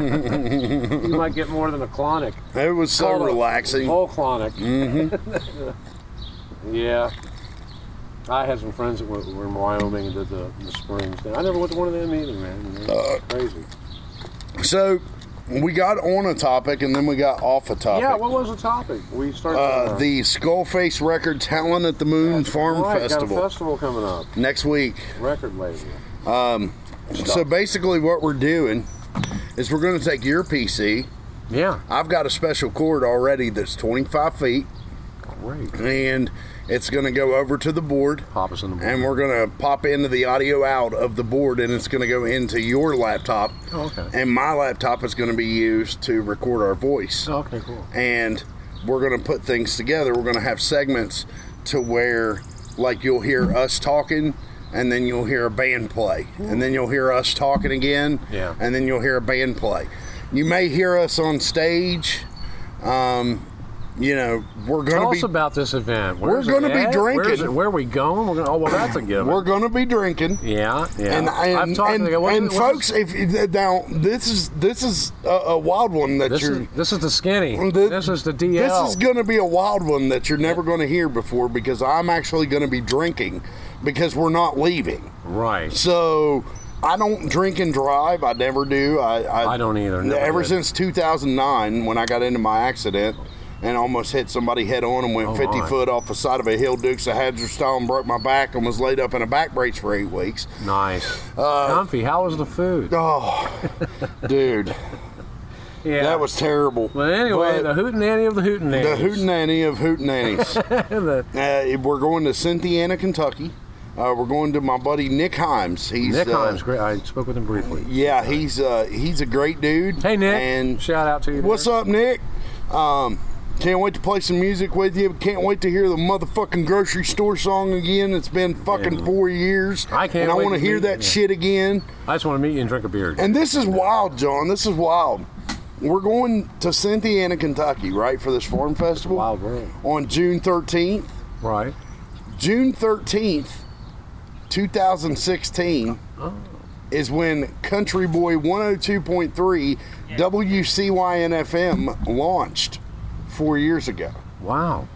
Speaker 2: you might get more than a clonic.
Speaker 1: It was so
Speaker 2: Called a
Speaker 1: relaxing.
Speaker 2: Whole clonic.
Speaker 1: Mhm.
Speaker 2: yeah. I had some friends that were, were in Wyoming and did the, the springs. thing. I never went to one of them either, man. It's
Speaker 1: Uh,
Speaker 2: crazy.
Speaker 1: So we got on a topic, and then we got off a topic.
Speaker 2: Yeah, what was the topic? We started
Speaker 1: Uh, the Skullface Record Talent at the Moon Farm
Speaker 2: Right,
Speaker 1: Festival
Speaker 2: Got a festival coming up.
Speaker 1: next week.
Speaker 2: Record label.
Speaker 1: Um, so basically, what we're doing is we're going to take your PC.
Speaker 2: Yeah.
Speaker 1: I've got a special cord already that's 25 feet.
Speaker 2: Great.
Speaker 1: And it's going to go over to the board.
Speaker 2: Pop us on the board.
Speaker 1: And we're going to pop into the audio out of the board, and it's going to go into your laptop.
Speaker 2: Oh, okay.
Speaker 1: And my laptop is going to be used to record our voice.
Speaker 2: Okay, cool.
Speaker 1: And we're going to put things together. We're going to have segments to where, like, you'll hear us talking, and then you'll hear a band play, and then you'll hear us talking again,
Speaker 2: Yeah.
Speaker 1: and then you'll hear a band play. You may hear us on stage. Um, you know, we're going
Speaker 2: Tell
Speaker 1: to
Speaker 2: us
Speaker 1: be
Speaker 2: about this event.
Speaker 1: We're
Speaker 2: Where's it
Speaker 1: gonna be
Speaker 2: at? Where, is
Speaker 1: drinking.
Speaker 2: it, where are we going? We're gonna, oh, well, that's a given.
Speaker 1: We're going to be drinking.
Speaker 2: Yeah, yeah.
Speaker 1: And
Speaker 2: I've
Speaker 1: and,
Speaker 2: talked to
Speaker 1: and,
Speaker 2: the guy, what-
Speaker 1: and
Speaker 2: what-
Speaker 1: folks, if you- now this is this is a, a wild one that
Speaker 2: This
Speaker 1: you're.
Speaker 2: is, this is the skinny.
Speaker 1: The-
Speaker 2: this is the
Speaker 1: This
Speaker 2: DL.
Speaker 1: is going to be a wild one that you're never going to hear before because I'm actually going to be drinking because we're not leaving.
Speaker 2: Right.
Speaker 1: So I don't drink and drive. I never do. I I,
Speaker 2: don't either. never
Speaker 1: Ever
Speaker 2: did.
Speaker 1: since 2009, when I got into my accident and almost hit somebody head on and went
Speaker 2: Oh,
Speaker 1: 50
Speaker 2: my.
Speaker 1: foot off the side of a hill, Dukes of Hazardstown, broke my back and was laid up in a back brace for eight weeks.
Speaker 2: Nice.
Speaker 1: Uh,
Speaker 2: Comfy. How was the food?
Speaker 1: Oh, dude.
Speaker 2: Yeah.
Speaker 1: That was terrible.
Speaker 2: Well, anyway,
Speaker 1: But-
Speaker 2: the hootenanny of the hootenannies.
Speaker 1: the hootenanny of hootenannies. uh, we're going to Cynthiana, Kentucky. Uh, we're going to my buddy Nick Himes. He's
Speaker 2: Nick
Speaker 1: uh,
Speaker 2: Himes, great. I spoke with him briefly.
Speaker 1: Yeah, he's uh, he's a great dude. Hey Nick, and
Speaker 2: shout out to you.
Speaker 1: What's up, Nick? Um, can't wait to play some music with you. Can't wait to hear the motherfucking grocery store song again. It's been fucking four years. I
Speaker 2: can't
Speaker 1: And I
Speaker 2: wait
Speaker 1: wanna
Speaker 2: to
Speaker 1: hear
Speaker 2: meet
Speaker 1: that
Speaker 2: you.
Speaker 1: shit again.
Speaker 2: I just want to meet you and drink a beer.
Speaker 1: And this is wild, John. This is wild. We're going to Cynthiana, Kentucky, right, for this farm festival. Wild
Speaker 2: world.
Speaker 1: On June 13th.
Speaker 2: Right.
Speaker 1: June 13th, 2016 is when Country Boy 102.3 WCYNFM launched four years ago.
Speaker 2: Wow.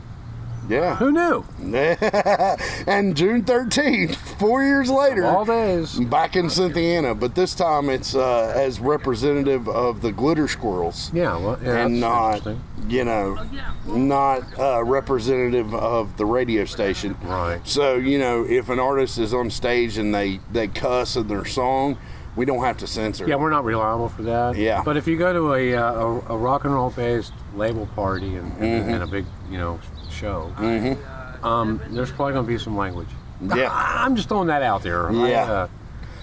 Speaker 1: Yeah.
Speaker 2: Who knew?
Speaker 1: and June 13th, four years later,
Speaker 2: all days
Speaker 1: back in Cynthiana, but this time it's uh, as representative of the glitter squirrels.
Speaker 2: Yeah, well, yeah,
Speaker 1: and
Speaker 2: that's
Speaker 1: not you know, not uh, representative of the radio station.
Speaker 2: Right.
Speaker 1: So you know, if an artist is on stage and they they cuss in their song, we don't have to censor.
Speaker 2: Yeah, we're not reliable for that.
Speaker 1: Yeah.
Speaker 2: But if you go to a uh, a, a rock and roll based label party and,
Speaker 1: Mm-hmm.
Speaker 2: and, and a big you know show, um, there's probably going to be some language.
Speaker 1: Yeah.
Speaker 2: I'm just throwing that out there. I,
Speaker 1: Yeah.
Speaker 2: uh,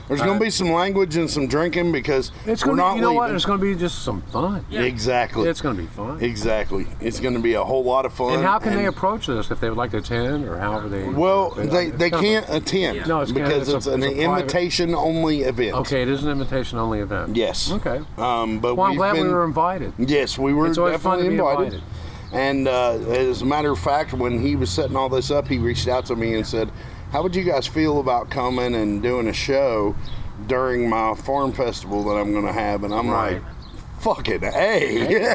Speaker 1: There's going to be some language and some drinking because
Speaker 2: It's
Speaker 1: we're
Speaker 2: gonna
Speaker 1: not
Speaker 2: be, you know what?
Speaker 1: leaving.
Speaker 2: It's gonna be just some fun.
Speaker 1: Exactly.
Speaker 2: It's gonna be fun.
Speaker 1: Exactly. It's going to be a whole lot of fun.
Speaker 2: And how can they approach this if they would like to attend or however they?
Speaker 1: Well, they,
Speaker 2: It's
Speaker 1: they
Speaker 2: kind of
Speaker 1: can't
Speaker 2: a-
Speaker 1: attend
Speaker 2: No, it's kind of-
Speaker 1: because
Speaker 2: a-
Speaker 1: it's, an
Speaker 2: a private-
Speaker 1: invitation only event.
Speaker 2: Okay, it is an invitation only event.
Speaker 1: Yes.
Speaker 2: Okay.
Speaker 1: Um, but
Speaker 2: Well, I'm
Speaker 1: we've
Speaker 2: glad we
Speaker 1: been-
Speaker 2: were invited.
Speaker 1: Yes, we were
Speaker 2: It's always fun
Speaker 1: definitely
Speaker 2: to be
Speaker 1: invited.
Speaker 2: invited.
Speaker 1: And uh, as a matter of fact, when he was setting all this up, he reached out to me and said, "How would you guys feel about coming and doing a show during my farm festival that I'm going to have?" And I'm
Speaker 2: Right.
Speaker 1: like, "Fucking hey,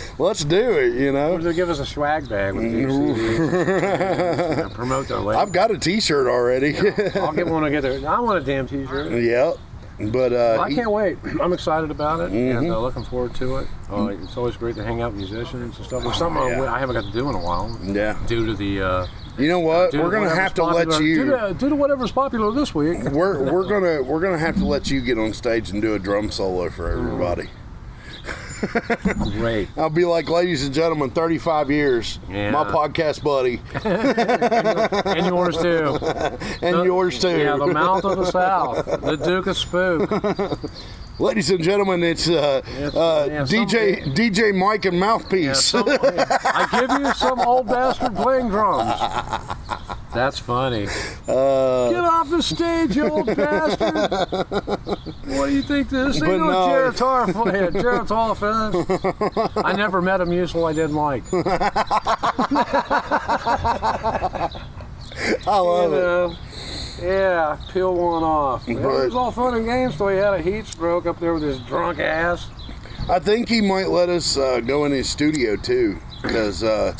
Speaker 1: let's do it!" You know.
Speaker 2: They give us a swag bag with these CDs and promote their label.
Speaker 1: I've got a T-shirt already.
Speaker 2: I'll get one to get there. I want a damn T-shirt.
Speaker 1: yep. But uh,
Speaker 2: I
Speaker 1: he-
Speaker 2: can't wait. I'm excited about it and
Speaker 1: Mhm.
Speaker 2: uh, looking forward to it. Uh, it's always great to hang out with musicians and stuff. There's something I-
Speaker 1: Mm-hmm. yeah.
Speaker 2: I haven't got to do in a while.
Speaker 1: Yeah.
Speaker 2: Due to the. Uh,
Speaker 1: You know what?
Speaker 2: due
Speaker 1: We're gonna
Speaker 2: whatever's
Speaker 1: have to let
Speaker 2: popular-
Speaker 1: you.
Speaker 2: Due to, due to whatever's popular this week.
Speaker 1: We're we're gonna we're gonna have to let you get on stage and do a drum solo for everybody.
Speaker 2: Great.
Speaker 1: I'll be like, ladies and gentlemen, 35 years, my
Speaker 2: Yeah.
Speaker 1: podcast buddy,
Speaker 2: and yours too.
Speaker 1: and yours too.
Speaker 2: Yeah, the mouth of the South, the Duke of Spook.
Speaker 1: ladies and gentlemen, it's uh, uh,
Speaker 2: yeah,
Speaker 1: DJ DJ Mike and
Speaker 2: Yeah,
Speaker 1: Mouthpiece.
Speaker 2: some- I give you some old bastard playing drums. That's funny.
Speaker 1: Uh,
Speaker 2: Get off the stage, you old bastard! What do you think this?
Speaker 1: But
Speaker 2: They know
Speaker 1: no.
Speaker 2: Jared Tarf- Jared Tarf- I never met a musical I didn't like.
Speaker 1: I love
Speaker 2: You
Speaker 1: it.
Speaker 2: know, Yeah, peel one off. It
Speaker 1: Right.
Speaker 2: was all fun and games till he had a heat stroke up there with his drunk ass.
Speaker 1: I think he might let us uh, go in his studio too, because uh,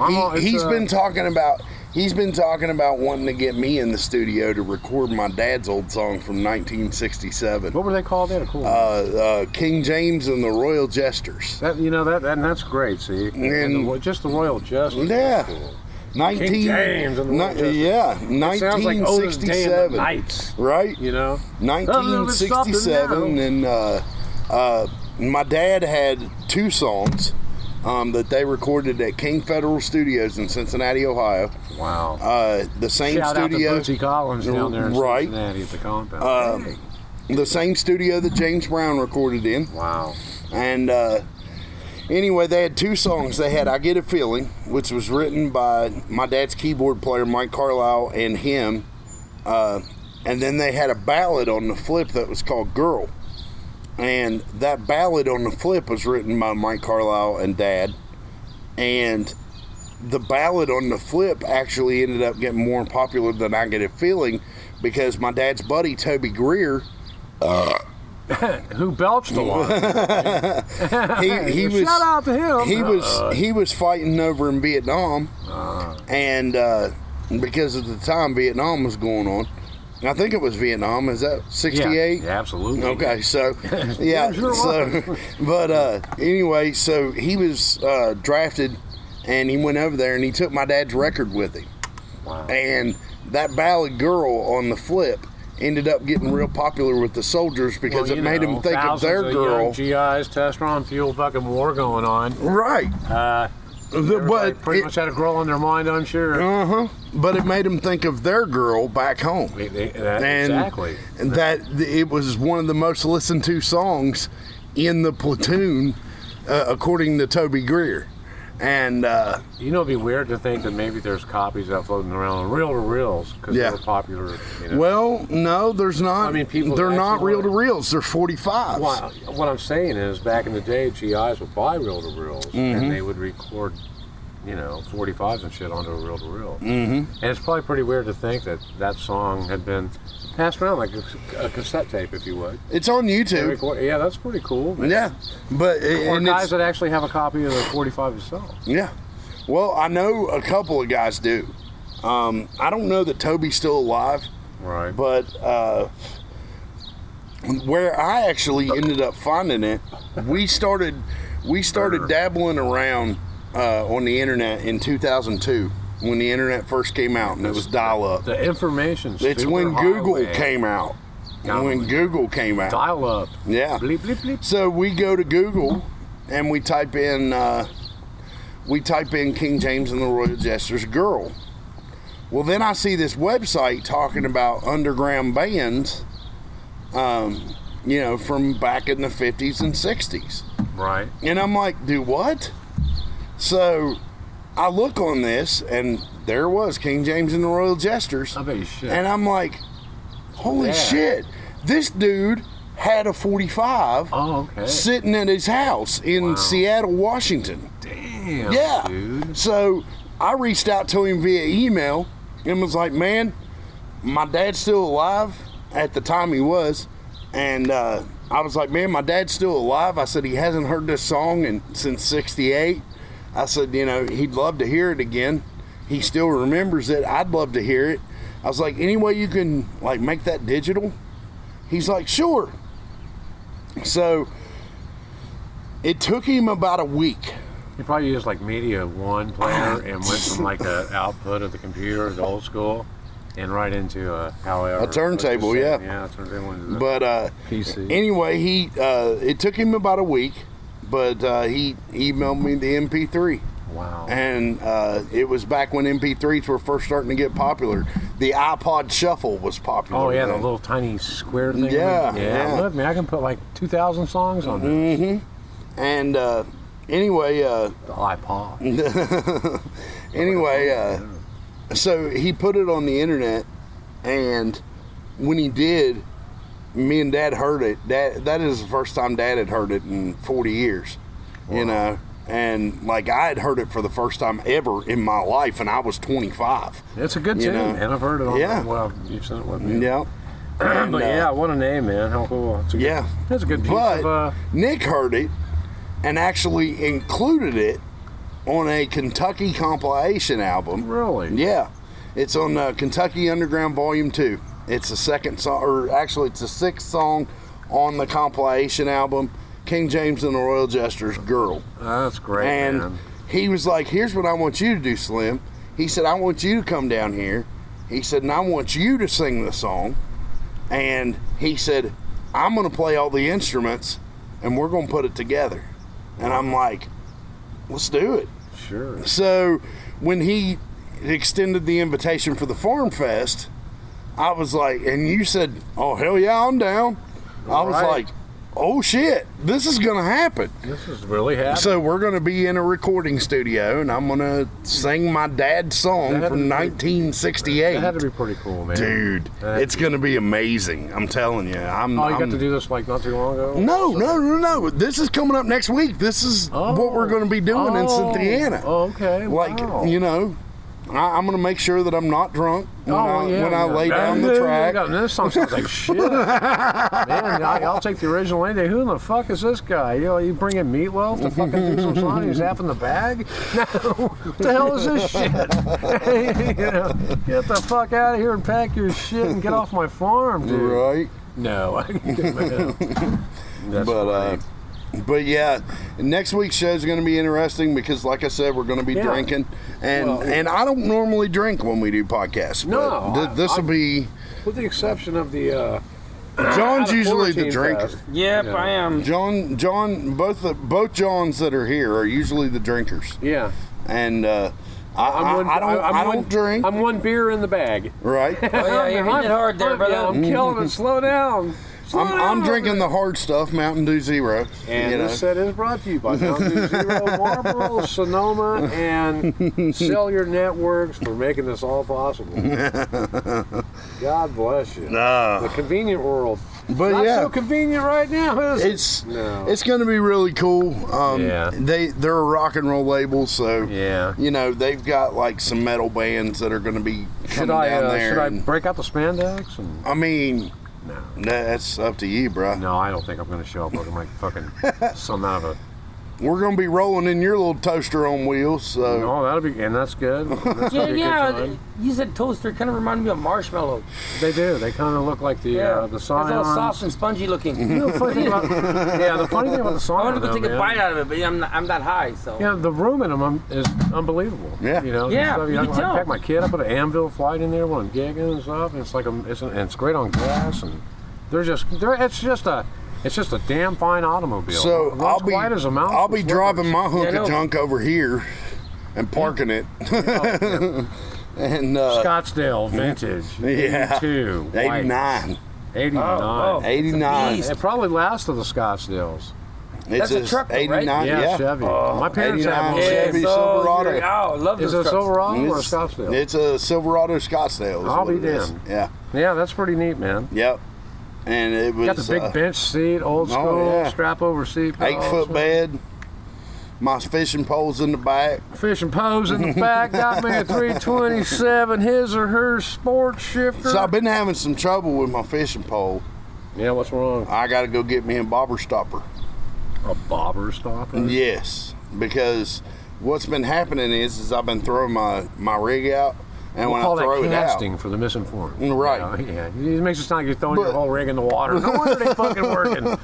Speaker 2: I'm all- it's,
Speaker 1: he, has
Speaker 2: uh,
Speaker 1: been talking about he's been talking about wanting to get me in the studio to record my dad's old song from 1967.
Speaker 2: What were they called then? Cool.
Speaker 1: Uh, uh, King James and the Royal Jesters.
Speaker 2: That you know that, that and that's great. See, and, the
Speaker 1: And-
Speaker 2: ro- just the royal justice.
Speaker 1: Yeah. 19
Speaker 2: King James and the Royal
Speaker 1: ni-
Speaker 2: Justice.
Speaker 1: yeah,
Speaker 2: It sounds like Otis Day and
Speaker 1: 1967.
Speaker 2: the Knights,
Speaker 1: right?
Speaker 2: You know, A little bit something
Speaker 1: 1967,
Speaker 2: now.
Speaker 1: and uh, uh, my dad had two songs um, that they recorded at King Federal Studios in Cincinnati, Ohio.
Speaker 2: Wow.
Speaker 1: Uh, the same
Speaker 2: Shout
Speaker 1: studio,
Speaker 2: out to Bootsy Collins down there in
Speaker 1: right?
Speaker 2: Cincinnati at the compound.
Speaker 1: Um, the same studio that James Brown recorded in.
Speaker 2: Wow.
Speaker 1: And uh, anyway, they had two songs. They had "I Get a Feeling," which was written by my dad's keyboard player Mike Carlisle and him. Uh, and then they had a ballad on the flip that was called "Girl," and that ballad on the flip was written by Mike Carlisle and Dad. and the ballad on the flip actually ended up getting more popular than I get a feeling because my dad's buddy Toby Greer, uh,
Speaker 2: who belched a lot.
Speaker 1: he, he was
Speaker 2: Shout out to him.
Speaker 1: He
Speaker 2: Uh,
Speaker 1: was he was fighting over in Vietnam, and uh, because at the time Vietnam was going on, and I think it was Vietnam. Is that sixty eight?
Speaker 2: Yeah, absolutely.
Speaker 1: Okay, so yeah,
Speaker 2: sure
Speaker 1: so but uh, anyway, so he was uh, drafted, and he went over there and he took my dad's record with him, and that ballad girl on the flip. Ended up getting real popular with the soldiers because
Speaker 2: Well,
Speaker 1: it
Speaker 2: you
Speaker 1: made
Speaker 2: know,
Speaker 1: them think of their
Speaker 2: thousands
Speaker 1: girl.
Speaker 2: young GIs, testosterone fuel, fucking war going on.
Speaker 1: Right.
Speaker 2: Uh,
Speaker 1: but
Speaker 2: pretty much had a girl on their mind, I'm sure.
Speaker 1: Uh huh. But it made them think of their girl back home.
Speaker 2: that- uh, exactly.
Speaker 1: And that it was one of the most listened to songs in the platoon, uh, according to Toby Greer. And uh,
Speaker 2: You know, it'd be weird to think that maybe there's copies out floating around on reel to reels because
Speaker 1: Yeah.
Speaker 2: they were popular. You know.
Speaker 1: well, no, there's not.
Speaker 2: I mean, people
Speaker 1: They're
Speaker 2: actually
Speaker 1: not
Speaker 2: wanted-
Speaker 1: reel to reels. They're 45s.
Speaker 2: Well, what I'm saying is, back in the day, GIs would buy reel to reels
Speaker 1: Mhm.
Speaker 2: and they would record, you know, 45s and shit onto a reel to reel.
Speaker 1: Mhm.
Speaker 2: And it's probably pretty weird to think that that song had been passed around like a, a cassette tape, if you would.
Speaker 1: It's on
Speaker 2: They
Speaker 1: YouTube.
Speaker 2: record- yeah, that's pretty cool.
Speaker 1: Yeah, but
Speaker 2: or
Speaker 1: and
Speaker 2: guys
Speaker 1: it's-
Speaker 2: that actually have a copy of the 45 itself.
Speaker 1: Yeah. Well, I know a couple of guys do. Um, I don't know that Toby's still alive.
Speaker 2: Right.
Speaker 1: But uh, where I actually ended up finding it, we started we started dabbling around uh, on the internet in 2002 when the internet first came out and it was dial up.
Speaker 2: The information.
Speaker 1: It's when Google came out. When Google came out.
Speaker 2: Dial up.
Speaker 1: Yeah. So we go to Google and we type in uh, we type in King James and the Royal Jester's girl. Well, then I see this website talking about underground bands, um, you know, from back in the 50s and 60s.
Speaker 2: Right.
Speaker 1: And I'm like, do what? So I look on this, and there was King James and the Royal Jesters. I
Speaker 2: bet you shit.
Speaker 1: And I'm like, holy
Speaker 2: Yeah.
Speaker 1: shit, this dude had a 45
Speaker 2: Oh,
Speaker 1: sitting at his house in Seattle, Washington.
Speaker 2: Damn.
Speaker 1: yeah.
Speaker 2: Dude.
Speaker 1: So I reached out to him via email and was like, man, my dad's still alive at the time he was. And uh, I was like, man, my dad's still alive. I said, he hasn't heard this song in, since 68. I said, you know, he'd love to hear it again. He still remembers it. I'd love to hear it. I was like, any way you can like make that digital? He's like, sure. So it took him about a week.
Speaker 2: You probably used like Media One player and went from like the output of the computer, the old school, and right into a however.
Speaker 1: A turntable,
Speaker 2: what you
Speaker 1: yeah.
Speaker 2: said. Yeah, a turntable. into the-
Speaker 1: But uh,
Speaker 2: PC.
Speaker 1: anyway, he uh, it took him about a week, but uh, he emailed me the MP3.
Speaker 2: Wow.
Speaker 1: And uh, it was back when MP3s were first starting to get popular. The iPod Shuffle was popular.
Speaker 2: Oh yeah, the
Speaker 1: then.
Speaker 2: little tiny square thing.
Speaker 1: Yeah,
Speaker 2: yeah.
Speaker 1: yeah.
Speaker 2: Look, man, I can put like two thousand songs on there.
Speaker 1: Mm-hmm. And uh, anyway, uh,
Speaker 2: the
Speaker 1: Mm-hmm.
Speaker 2: iPod.
Speaker 1: anyway, uh, so he put it on the internet, and when he did, me and Dad heard it. Dad, that is the first time Dad had heard it in 40 years, you know. And like I had heard it for the first time ever in my life, and I was 25.
Speaker 2: It's a good
Speaker 1: You
Speaker 2: tune,
Speaker 1: know.
Speaker 2: man. I've heard it on.
Speaker 1: Yeah.
Speaker 2: Well, you've seen it with me.
Speaker 1: Yeah.
Speaker 2: but
Speaker 1: And, uh,
Speaker 2: yeah, what a name, man. How cool. It's a good-
Speaker 1: Yeah,
Speaker 2: that's a good piece
Speaker 1: But
Speaker 2: of. Uh,
Speaker 1: Nick heard it and actually included it on a Kentucky compilation album.
Speaker 2: Really?
Speaker 1: Yeah, it's on uh, Kentucky Underground Volume Two. It's the second song, or actually, it's the sixth song on the compilation album, King James and the Royal Jester's "Girl."
Speaker 2: that's great,
Speaker 1: and
Speaker 2: man.
Speaker 1: he was like, "Here's what I want you to do, Slim." He said, "I want you to come down here." He said, "And I want you to sing the song." And he said, "I'm going to play all the instruments, and we're going to put it together." And I'm like, "Let's do it."
Speaker 2: Sure.
Speaker 1: So when he extended the invitation for the Farm Fest, I was like, "And you said, oh hell yeah, I'm down." I was
Speaker 2: Right.
Speaker 1: like, oh shit, this is gonna happen.
Speaker 2: This is really happening.
Speaker 1: So we're gonna be in a recording studio, and I'm gonna sing my dad's song
Speaker 2: That'd
Speaker 1: from
Speaker 2: be-
Speaker 1: 1968.
Speaker 2: That had to be pretty cool, man.
Speaker 1: Dude,
Speaker 2: That'd
Speaker 1: it's gonna be amazing. I'm telling you. I'm.
Speaker 2: Oh, you
Speaker 1: I'm-
Speaker 2: got to do this like not too long ago.
Speaker 1: No, no, no, no. This is coming up next week. This is what we're going to be doing in
Speaker 2: Oh.
Speaker 1: Cynthiana.
Speaker 2: Oh, okay.
Speaker 1: Like,
Speaker 2: Wow.
Speaker 1: you know, I, I'm going to make sure that I'm not drunk
Speaker 2: Oh,
Speaker 1: when, I, when I lay down the track.
Speaker 2: No, this song sounds like shit. man, I, I'll take the original any day. Who in the fuck is this guy? You know, you bringing meatloaf to fucking do some song? He's zapping the bag? No, what the hell is this shit? you know, get the fuck out of here and pack your shit and get off my farm, dude.
Speaker 1: Right.
Speaker 2: No, I can't get my
Speaker 1: but uh, but yeah, next week's show is going to be interesting because, like I said, we're going to be
Speaker 2: Yeah.
Speaker 1: drinking, and
Speaker 2: Well-
Speaker 1: and I don't normally drink when we do podcasts.
Speaker 2: No,
Speaker 1: but th-
Speaker 2: I-
Speaker 1: this will
Speaker 2: I-
Speaker 1: be
Speaker 2: With the exception of the. Uh,
Speaker 1: John's
Speaker 2: out of
Speaker 1: usually the
Speaker 2: quarantine
Speaker 1: drinker.
Speaker 2: fest.
Speaker 5: am.
Speaker 1: John, John, both the, both Johns that are here are usually the drinkers.
Speaker 2: Yeah.
Speaker 1: And uh, I, I,
Speaker 2: one-
Speaker 1: I don't,
Speaker 2: I'm
Speaker 1: I don't
Speaker 2: one-
Speaker 1: drink.
Speaker 2: I'm one beer in the bag.
Speaker 1: Right.
Speaker 5: Oh, yeah, you're hitting it hard there,
Speaker 2: I'm-
Speaker 5: brother.
Speaker 2: yeah, I'm killing it. Slow down. Slow
Speaker 1: I'm, I'm
Speaker 2: down.
Speaker 1: drinking the hard stuff, Mountain Dew Zero.
Speaker 2: And
Speaker 1: you know.
Speaker 2: this set is brought to you by Mountain Dew Zero, Marlboro, Sonoma, and Cellular Networks for making this all possible. God bless you.
Speaker 1: Nah.
Speaker 2: The convenient world.
Speaker 1: But
Speaker 2: Not
Speaker 1: yeah.
Speaker 2: so convenient right now, is it?
Speaker 1: it's
Speaker 2: No.
Speaker 1: it's going to be really cool. Um,
Speaker 2: Yeah.
Speaker 1: They they're a rock and roll label, so
Speaker 2: yeah.
Speaker 1: You know they've got like some metal bands that are going to be coming
Speaker 2: Should I,
Speaker 1: down
Speaker 2: uh,
Speaker 1: there.
Speaker 2: should I
Speaker 1: and-
Speaker 2: break out the spandex? And...
Speaker 1: I mean, that's up to you, bro.
Speaker 2: No, I don't think I'm going to show up looking like fucking some out of a
Speaker 1: we're going to be rolling in your little toaster on wheels. So
Speaker 2: No, Oh, that'll be and that's good. That's gonna
Speaker 5: Yeah,
Speaker 2: be a good
Speaker 5: yeah.
Speaker 2: time.
Speaker 5: You said toaster. Kind of reminded me of marshmallow.
Speaker 2: They do. They kind of look like the uh, the
Speaker 5: It's all soft
Speaker 2: scions.
Speaker 5: and spongy looking.
Speaker 2: You know, the funny thing about- yeah, the funny thing about the
Speaker 5: I
Speaker 2: scion,
Speaker 5: want to go
Speaker 2: though,
Speaker 5: take a
Speaker 2: man.
Speaker 5: bite out of it, but I'm not, I'm not high, so.
Speaker 2: Yeah, the room in them um, is unbelievable.
Speaker 1: Yeah.
Speaker 2: you know.
Speaker 5: Yeah,
Speaker 2: stuff,
Speaker 5: you
Speaker 2: know,
Speaker 5: can
Speaker 2: I
Speaker 5: tell.
Speaker 2: pack my kid. I put an anvil flight in there when I'm gigging and stuff. And it's like a, it's, a, and it's great on glass and they're just they're it's just a it's just a damn fine automobile.
Speaker 1: So
Speaker 2: Runs
Speaker 1: I'll be
Speaker 2: quiet as a mouse.
Speaker 1: I'll be
Speaker 2: It's
Speaker 1: driving my
Speaker 2: workers.
Speaker 1: hunk of junk over here and parking it. and uh,
Speaker 2: Scottsdale vintage.
Speaker 1: Yeah.
Speaker 2: 82, white.
Speaker 1: 89.
Speaker 2: 89.
Speaker 1: Oh, oh. 89. It's a beast.
Speaker 2: It probably last of the Scottsdales.
Speaker 1: It's That's a a truck though, right? 89,
Speaker 2: Yeah,
Speaker 1: Uh, yeah.
Speaker 2: Chevy. My parents
Speaker 1: 89
Speaker 2: have one.
Speaker 1: Oh, Chevy
Speaker 2: Yeah, so
Speaker 1: Silverado.
Speaker 2: you're- oh, love Is those it a trucks. Silverado or a
Speaker 1: It's-
Speaker 2: Scottsdale?
Speaker 1: It's a Silverado Scottsdale. is
Speaker 2: I'll
Speaker 1: what
Speaker 2: be
Speaker 1: it is.
Speaker 2: damned.
Speaker 1: Yeah.
Speaker 2: Yeah, that's pretty neat, man.
Speaker 1: Yep. And it was
Speaker 2: Got the big
Speaker 1: uh,
Speaker 2: bench seat, old
Speaker 1: oh,
Speaker 2: school,
Speaker 1: yeah.
Speaker 2: strap over seat.
Speaker 1: eight foot bed. My fishing poles in the back.
Speaker 2: Fishing poles in the back. Got me a 327, his or her sports shifter.
Speaker 1: So I've been having some trouble with my fishing pole.
Speaker 2: Yeah, what's wrong?
Speaker 1: I got to go get me a bobber stopper.
Speaker 2: A bobber stopper?
Speaker 1: Yes, because what's been happening is is I've been throwing my my rig out, and
Speaker 2: We'll
Speaker 1: when
Speaker 2: call
Speaker 1: I throw
Speaker 2: that
Speaker 1: it
Speaker 2: casting
Speaker 1: out, Mm,
Speaker 2: for the misinformed.
Speaker 1: Right.
Speaker 2: You know, yeah, it makes it sound like you're throwing your whole rig in the water. No wonder they fucking working.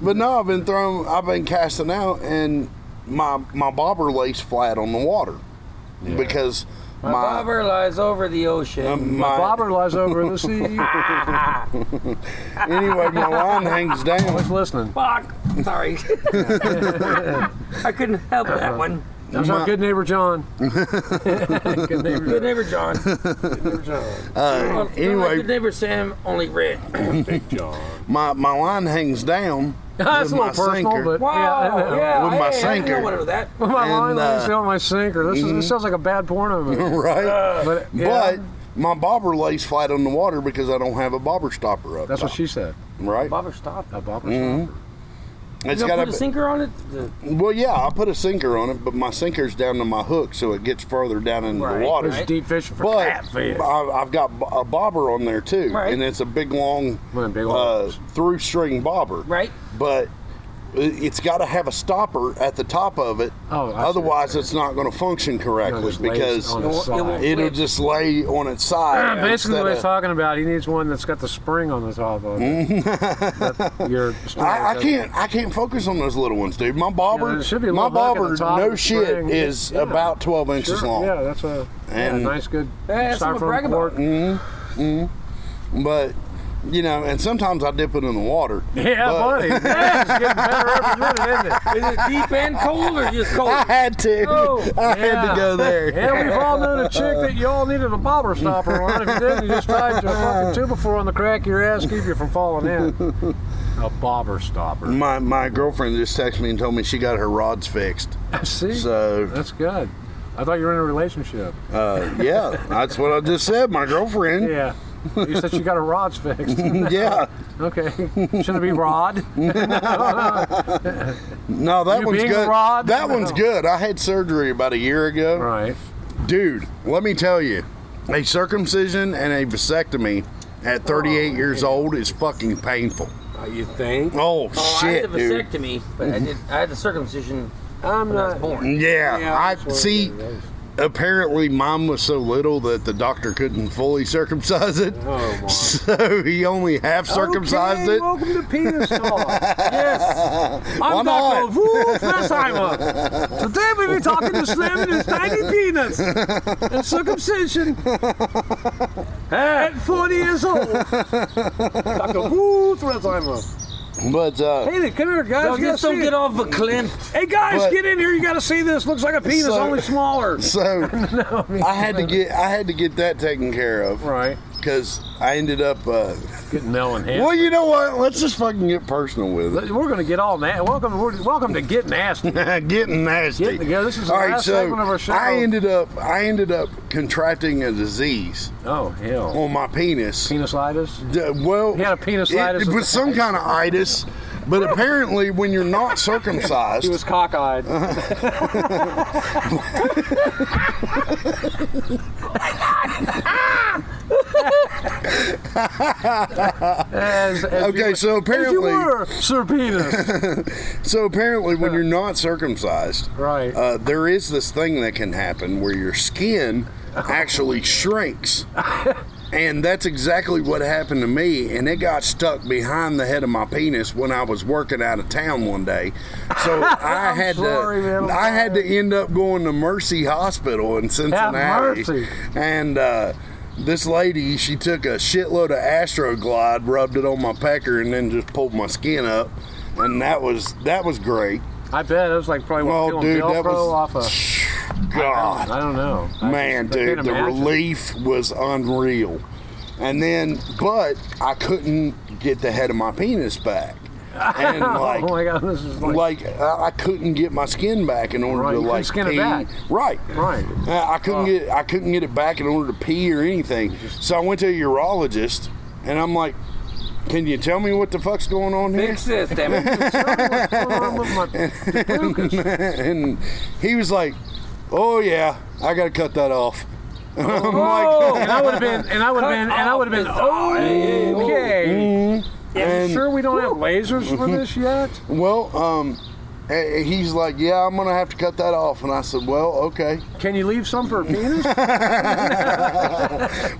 Speaker 1: but no, I've been throwing, I've been casting out, and my my bobber lays flat on the water because
Speaker 5: My, bobber lies over the ocean.
Speaker 1: my-
Speaker 2: bobber lies over the sea. Um,
Speaker 1: anyway, my line hangs down. I
Speaker 2: was listening.
Speaker 5: Fuck. Sorry. I couldn't help that one.
Speaker 2: That's our good neighbor John. good neighbor.
Speaker 5: Good neighbor John.
Speaker 2: Good neighbor John.
Speaker 1: Uh,
Speaker 5: Well,
Speaker 1: anyway,
Speaker 5: good neighbor Sam, only red.
Speaker 2: Big John.
Speaker 1: my my line hangs down. with
Speaker 2: That's a
Speaker 1: my
Speaker 2: little personal,
Speaker 1: sinker.
Speaker 2: but yeah, yeah.
Speaker 1: with my
Speaker 5: hey, I
Speaker 1: sinker.
Speaker 5: know what it was that.
Speaker 2: Well, my
Speaker 1: And,
Speaker 2: line lays
Speaker 1: uh,
Speaker 2: down my sinker. This is
Speaker 1: mhm.
Speaker 2: this sounds like a bad porno movie.
Speaker 1: right?
Speaker 2: But, yeah.
Speaker 1: But my bobber lays flat on the water because I don't have a bobber stopper up.
Speaker 2: That's what
Speaker 1: top,
Speaker 2: she said.
Speaker 1: right?
Speaker 5: Bobber stop.
Speaker 2: A bobber
Speaker 1: Mhm.
Speaker 2: stopper.
Speaker 1: It's
Speaker 5: you gonna
Speaker 1: got
Speaker 5: put a sinker on it. The-
Speaker 1: Well, yeah, I put a sinker on it, but my sinker's down to my hook, so it gets further down in
Speaker 5: Right,
Speaker 1: the water.
Speaker 2: There's deep fishing for
Speaker 1: but
Speaker 2: catfish.
Speaker 1: I- I've got b- a bobber on there too,
Speaker 5: Right.
Speaker 1: and it's a big long,
Speaker 2: One of them big
Speaker 1: uh,
Speaker 2: ones.
Speaker 1: through string bobber.
Speaker 5: Right.
Speaker 1: But i- it's got to have a stopper at the top of it.
Speaker 2: Oh, I see what
Speaker 1: otherwise it's not going to function correctly
Speaker 2: just lays
Speaker 1: because
Speaker 2: on its It won't- it side.
Speaker 1: it'll just lay on its side.
Speaker 2: Basically,
Speaker 1: instead
Speaker 2: what he's
Speaker 1: of-
Speaker 2: talking about, he needs one that's got the spring on the top of it. That your
Speaker 1: Mm-hmm.
Speaker 2: story
Speaker 1: I, I
Speaker 2: doesn't-
Speaker 1: can't. I can't focus on those little ones, dude. My bobber,
Speaker 2: Yeah, there should be a
Speaker 1: my
Speaker 2: little hook at
Speaker 1: bobber,
Speaker 2: the top of
Speaker 1: no
Speaker 2: the
Speaker 1: shit,
Speaker 2: spring.
Speaker 1: is
Speaker 2: Yeah.
Speaker 1: about twelve inches
Speaker 2: Sure,
Speaker 1: long.
Speaker 2: Yeah, that's a, yeah,
Speaker 1: And-
Speaker 2: nice, good
Speaker 5: Yeah, that's what I'm
Speaker 2: styrofoam
Speaker 5: brag about.
Speaker 2: cork.
Speaker 1: hmm But you know, and sometimes I dip it in the water.
Speaker 2: Yeah,
Speaker 1: but
Speaker 2: buddy. Yeah, it's getting better every minute, isn't it?
Speaker 5: Is it deep and cold or just cold?
Speaker 1: I had to.
Speaker 5: Oh,
Speaker 1: I had
Speaker 2: yeah.
Speaker 1: to go there.
Speaker 2: Yeah, we've all known a chick that you all needed a bobber stopper on. If you didn't, you just tried to fucking two before on the crack of your ass, keep you from falling in. a bobber stopper.
Speaker 1: My my girlfriend just texted me and told me she got her rods fixed.
Speaker 2: See,
Speaker 1: so
Speaker 2: that's good. I thought you were in a relationship.
Speaker 1: Uh, yeah, that's what I just said. My girlfriend.
Speaker 2: Yeah. You said you got her rods fixed.
Speaker 1: yeah.
Speaker 2: Okay. Shouldn't it be rod?
Speaker 1: No, that
Speaker 2: You
Speaker 1: one's
Speaker 2: being
Speaker 1: good.
Speaker 2: robbed?
Speaker 1: That one's good. I had surgery about a year ago.
Speaker 2: Right.
Speaker 1: Dude, let me tell you, a circumcision and a vasectomy at 38 years old is fucking painful.
Speaker 2: you think?
Speaker 1: Oh,
Speaker 5: Oh, I
Speaker 1: shit,
Speaker 5: had the
Speaker 1: dude.
Speaker 5: vasectomy, but I did. I had the circumcision. I'm when I was
Speaker 2: not-
Speaker 5: born.
Speaker 1: Yeah,
Speaker 5: Yeah,
Speaker 1: I
Speaker 5: that's what
Speaker 1: see. Apparently, mine was so little that the doctor couldn't fully circumcise it, so he only half circumcised
Speaker 2: Okay,
Speaker 1: it.
Speaker 2: Welcome to penis talk. yes.
Speaker 1: Why
Speaker 2: I'm Dr.
Speaker 1: not?
Speaker 2: Vu Fessheimer. Today we'll be talking to Slim and his tiny penis and circumcision at 40 years old. Dr. Vu Fessheimer.
Speaker 1: But uh,
Speaker 2: Hey, come here, guys.
Speaker 5: No,
Speaker 2: You gotta
Speaker 5: just don't
Speaker 2: see
Speaker 5: get
Speaker 2: it.
Speaker 5: off a cliff.
Speaker 2: Hey, guys,
Speaker 1: But-
Speaker 2: get in here. You got to see this. Looks like a penis,
Speaker 1: So-
Speaker 2: only smaller.
Speaker 1: So I had to get I had to get that taken care of.
Speaker 2: Right.
Speaker 1: Because I ended up. Uh,
Speaker 2: Getting Mel and
Speaker 1: well, you know what? Let's just fucking get personal with it.
Speaker 2: We're gonna get all nasty. Welcome, we're, welcome to Get Nasty.
Speaker 1: Getting nasty.
Speaker 2: Get- yeah, this is the last segment of our show.
Speaker 1: I ended up I ended up contracting a disease
Speaker 2: Oh hell,
Speaker 1: on my penis.
Speaker 2: penisitis.
Speaker 1: D- well,
Speaker 2: He had a penisitis.
Speaker 1: It, it was some kind of itis, but apparently when you're not circumcised,
Speaker 5: He was cockeyed.
Speaker 1: Oh,
Speaker 2: As- as
Speaker 1: Okay,
Speaker 2: you-
Speaker 1: so apparently-
Speaker 2: as you were, Sir Penis.
Speaker 1: so apparently when you're not circumcised,
Speaker 2: right.
Speaker 1: uh, there is this thing that can happen where your skin actually shrinks. And that's exactly what happened to me. And it got stuck behind the head of my penis when I was working out of town one day. So I
Speaker 2: I'm
Speaker 1: had
Speaker 2: sorry,
Speaker 1: to,
Speaker 2: man. I'm
Speaker 1: I had to end up going to Mercy Hospital in Cincinnati.
Speaker 2: mercy.
Speaker 1: And uh, this lady, she took a shitload of Astroglide, rubbed it on my pecker, and then just pulled my skin up. And that was that was great.
Speaker 2: I bet it was like probably
Speaker 1: Oh,
Speaker 2: what oh,
Speaker 1: dude, that was
Speaker 2: off a.
Speaker 1: God.
Speaker 2: I don't know. I
Speaker 1: Man,
Speaker 2: just- I can't
Speaker 1: dude, the
Speaker 2: imagine.
Speaker 1: relief was unreal. And then, but I couldn't get the head of my penis back. And like,
Speaker 2: oh my god, this is like,
Speaker 1: like I I couldn't get my skin back in order
Speaker 2: Right,
Speaker 1: to
Speaker 2: you couldn't
Speaker 1: like
Speaker 2: skin it
Speaker 1: pee.
Speaker 2: back.
Speaker 1: Right,
Speaker 2: Right.
Speaker 1: Uh, I couldn't get I couldn't get it back in order to pee or anything. So I went to a urologist, and I'm like, "Can you tell me what the fuck's going on here?"
Speaker 5: Fix this, damn it.
Speaker 2: what's going on with my pukas?
Speaker 1: and he was like, "Oh yeah, I got to cut that off." And I'm like,
Speaker 2: Oh, and I would have been, and I would have been, and I would have been. Oh, okay.
Speaker 1: Mm-hmm. And- Mm-hmm.
Speaker 2: And sure, we don't have lasers for this yet.
Speaker 1: Well, um, eh, he's like, yeah, I'm gonna have to cut that off, and I said, well, okay.
Speaker 2: Can you leave some for a penis?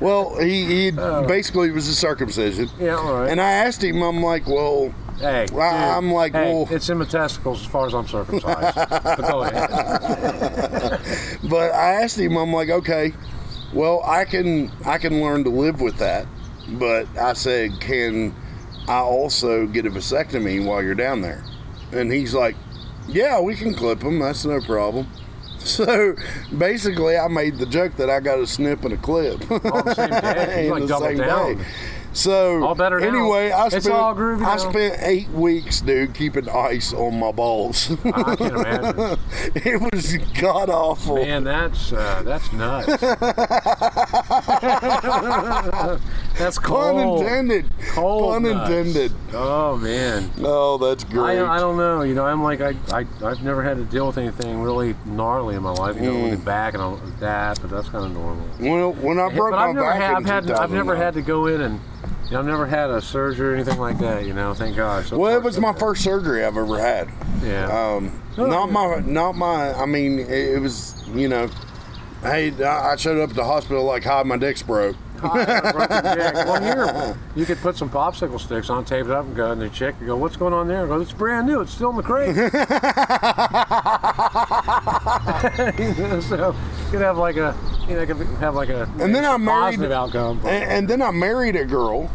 Speaker 1: Well, he, he basically it was a circumcision.
Speaker 2: Oh. Yeah, all right.
Speaker 1: And I asked him, I'm like, well,
Speaker 2: Hey,
Speaker 1: Well, I- I'm like,
Speaker 2: hey,
Speaker 1: well-
Speaker 2: it's in my testicles as far as I'm circumcised. but go ahead.
Speaker 1: but I asked him, I'm like, okay, well, I can I can learn to live with that, but I said, can I also get a vasectomy while you're down there? And he's like, yeah, we can clip them. That's no problem. So basically, I made the joke that I got a snip and a clip.
Speaker 2: All the same day. You
Speaker 1: in
Speaker 2: Oh,
Speaker 1: the
Speaker 2: like double
Speaker 1: same
Speaker 2: down.
Speaker 1: day. So
Speaker 2: All better now.
Speaker 1: anyway, I
Speaker 2: It's
Speaker 1: spent
Speaker 2: all groovy
Speaker 1: I
Speaker 2: now.
Speaker 1: spent eight weeks, dude, keeping ice on my balls.
Speaker 2: I can imagine.
Speaker 1: it was god awful.
Speaker 2: Man, that's uh, that's nuts.
Speaker 1: Pun
Speaker 2: that's cold.
Speaker 1: intended.
Speaker 2: Cold
Speaker 1: Pun
Speaker 2: nuts.
Speaker 1: intended.
Speaker 2: Oh man.
Speaker 1: Oh, that's
Speaker 2: I,
Speaker 1: great.
Speaker 2: I don't know. You know, I'm like I, I I've never had to deal with anything really gnarly in my life. You know, with the back and all that, but that's kind of normal.
Speaker 1: Well, when Mm. I broke
Speaker 2: but
Speaker 1: my
Speaker 2: I've never
Speaker 1: back
Speaker 2: had,
Speaker 1: in
Speaker 2: I've, had, I've never
Speaker 1: 2009.
Speaker 2: had to go in and you know, I've never had a surgery or anything like that. You know, thank God. So
Speaker 1: Well,
Speaker 2: far,
Speaker 1: it was
Speaker 2: so
Speaker 1: my
Speaker 2: good.
Speaker 1: first surgery I've ever had.
Speaker 2: Yeah.
Speaker 1: Um, not my, not my. I mean, it, it was you know, hey, I I showed up at the hospital like, hi, my dick's broke.
Speaker 2: well, here you could put some popsicle sticks on, tape it up, and go. And they check. You go, what's going on there? I go, it's brand new. It's still in the crate. so you could have like a, you know, you could have like a.
Speaker 1: And then I married-
Speaker 2: positive outcome.
Speaker 1: And, and then I married a girl.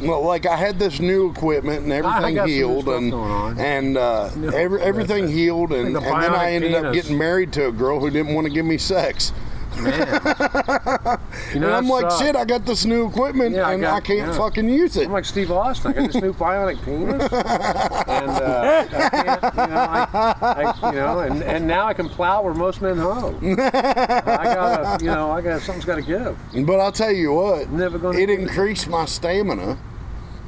Speaker 1: Well, like I had this new equipment and
Speaker 2: I
Speaker 1: everything
Speaker 2: got some new
Speaker 1: healed
Speaker 2: stuff
Speaker 1: and
Speaker 2: going on.
Speaker 1: and uh,
Speaker 2: New
Speaker 1: every, everything healed and, and
Speaker 2: Like the
Speaker 1: then I
Speaker 2: bionic
Speaker 1: ended up
Speaker 2: penis.
Speaker 1: getting married to a girl who didn't want to give me sex.
Speaker 2: You know,
Speaker 1: and I'm
Speaker 2: that
Speaker 1: like,
Speaker 2: sucked.
Speaker 1: shit, I got this new equipment
Speaker 2: Yeah, I
Speaker 1: and I,
Speaker 2: got-
Speaker 1: can't
Speaker 2: yeah.
Speaker 1: fucking use it.
Speaker 2: I'm like Steve Austin. I got this new bionic penis, and uh, I can't, you know, I, I, you know and, and now I can plow where most men hoe. I got, you know, I got something's got to give.
Speaker 1: But I'll tell you what, it increased my stamina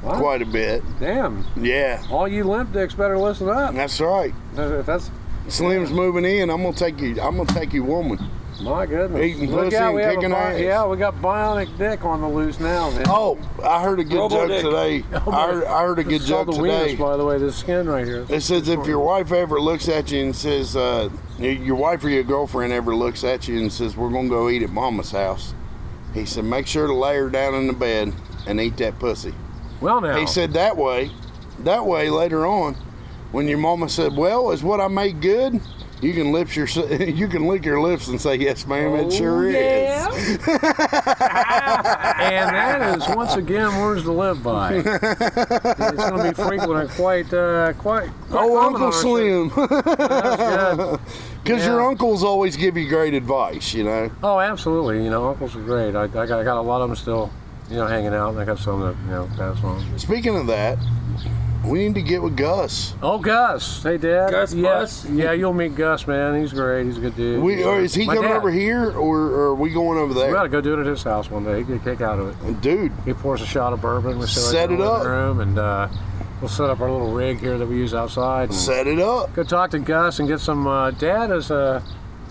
Speaker 2: Wow.
Speaker 1: quite a bit.
Speaker 2: Damn.
Speaker 1: Yeah.
Speaker 2: All you limp dicks better listen up.
Speaker 1: That's right.
Speaker 2: That's
Speaker 1: Slim's moving in. I'm gonna take you. I'm gonna take you, woman.
Speaker 2: My goodness.
Speaker 1: Eating pussy
Speaker 2: out,
Speaker 1: and
Speaker 2: we have a
Speaker 1: kicking
Speaker 2: bi-
Speaker 1: ass.
Speaker 2: Yeah, we got bionic dick on the loose now, man.
Speaker 1: Oh, I heard a good
Speaker 2: Robo
Speaker 1: joke
Speaker 2: dick.
Speaker 1: today. I
Speaker 2: Oh, my-
Speaker 1: heard, I heard a good
Speaker 2: Just saw
Speaker 1: joke
Speaker 2: the weenus,
Speaker 1: today.
Speaker 2: by the way, this skin right here.
Speaker 1: It says if your wife ever looks at you and says, uh, y- your wife or your girlfriend ever looks at you and says, we're gonna go eat at Mama's house. He said, make sure to lay her down in the bed and eat that pussy.
Speaker 2: Well, now
Speaker 1: he said that way, that way later on, when your mama said, well, is what I made good? You can lips your, you can lick your lips and say, yes, ma'am,
Speaker 2: Oh,
Speaker 1: it sure is.
Speaker 2: and that is once again words to live by. it's going to be frequent and quite, uh, quite.
Speaker 1: Oh, Uncle
Speaker 2: Sleep.
Speaker 1: Slim. Because your
Speaker 2: Yeah.
Speaker 1: uncles always give you great advice, you know.
Speaker 2: Oh, absolutely. You know, uncles are great. I, I, got, I got a lot of them still, you know, hanging out, and I got some that you know pass on.
Speaker 1: Speaking of that, we need to get with Gus.
Speaker 2: Oh, Gus. Hey, Dad.
Speaker 1: Gus
Speaker 2: Yes. Yeah, you'll meet Gus, man. He's great. He's a good dude.
Speaker 1: We, or is he
Speaker 2: My
Speaker 1: coming
Speaker 2: dad.
Speaker 1: over here, or, or are we going over there?
Speaker 2: We gotta go do it at his house one day. He get a kick out of it.
Speaker 1: Dude,
Speaker 2: he pours a shot of bourbon. We sit right
Speaker 1: Set
Speaker 2: in the
Speaker 1: it up.
Speaker 2: living room, and uh, we'll set up our little rig here that we use outside. and
Speaker 1: Set it up.
Speaker 2: Go talk to Gus and get some. Uh, Dad is a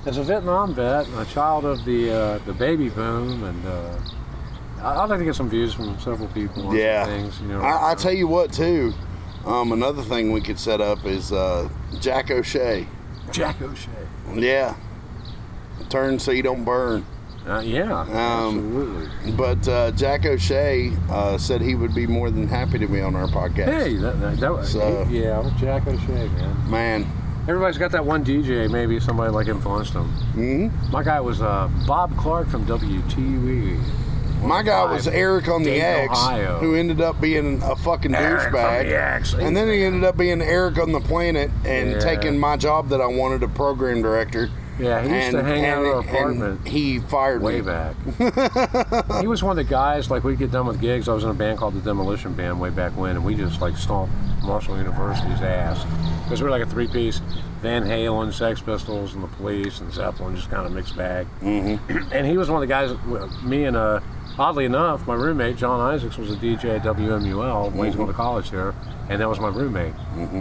Speaker 2: is a Vietnam vet, and a child of the uh, the baby boom, and uh, I- I'd like to get some views from several people. On
Speaker 1: yeah.
Speaker 2: some things, you know.
Speaker 1: I, I tell you what, too. Um, another thing we could set up is uh, Jack O'Shea.
Speaker 2: Jack O'Shea.
Speaker 1: Yeah. Turn so you don't burn.
Speaker 2: Uh, yeah,
Speaker 1: Um,
Speaker 2: absolutely.
Speaker 1: But uh, Jack O'Shea uh, said he would be more than happy to be on our podcast.
Speaker 2: Hey, that, that, that was
Speaker 1: So-
Speaker 2: yeah, Jack O'Shea, man.
Speaker 1: Man,
Speaker 2: everybody's got that one DJ. Maybe somebody like influenced them. Mm-hmm. My guy was uh, Bob Clark from WTUE.
Speaker 1: My guy was
Speaker 2: Five,
Speaker 1: Eric on the
Speaker 2: Dayton,
Speaker 1: X,
Speaker 2: Ohio.
Speaker 1: who ended up being a fucking
Speaker 2: Eric from
Speaker 1: douchebag.
Speaker 2: the X.
Speaker 1: And then he ended up being Eric on the planet and
Speaker 2: Yeah.
Speaker 1: taking my job that I wanted, a program director.
Speaker 2: Yeah, he used to hang out at our apartment
Speaker 1: he fired me.
Speaker 2: way back. he was one of the guys like we'd get done with gigs. I was in a band called the Demolition Band way back when, and we just like stomped Marshall University's ass because we were like a three-piece: Van Halen, Sex Pistols, and the Police, and Zeppelin, just kind of mixed bag. Mm-hmm. and he was one of the guys. that- Me and uh, oddly enough, my roommate John Isaacs was a DJ at WMUL when he was going to college here, and that was my roommate.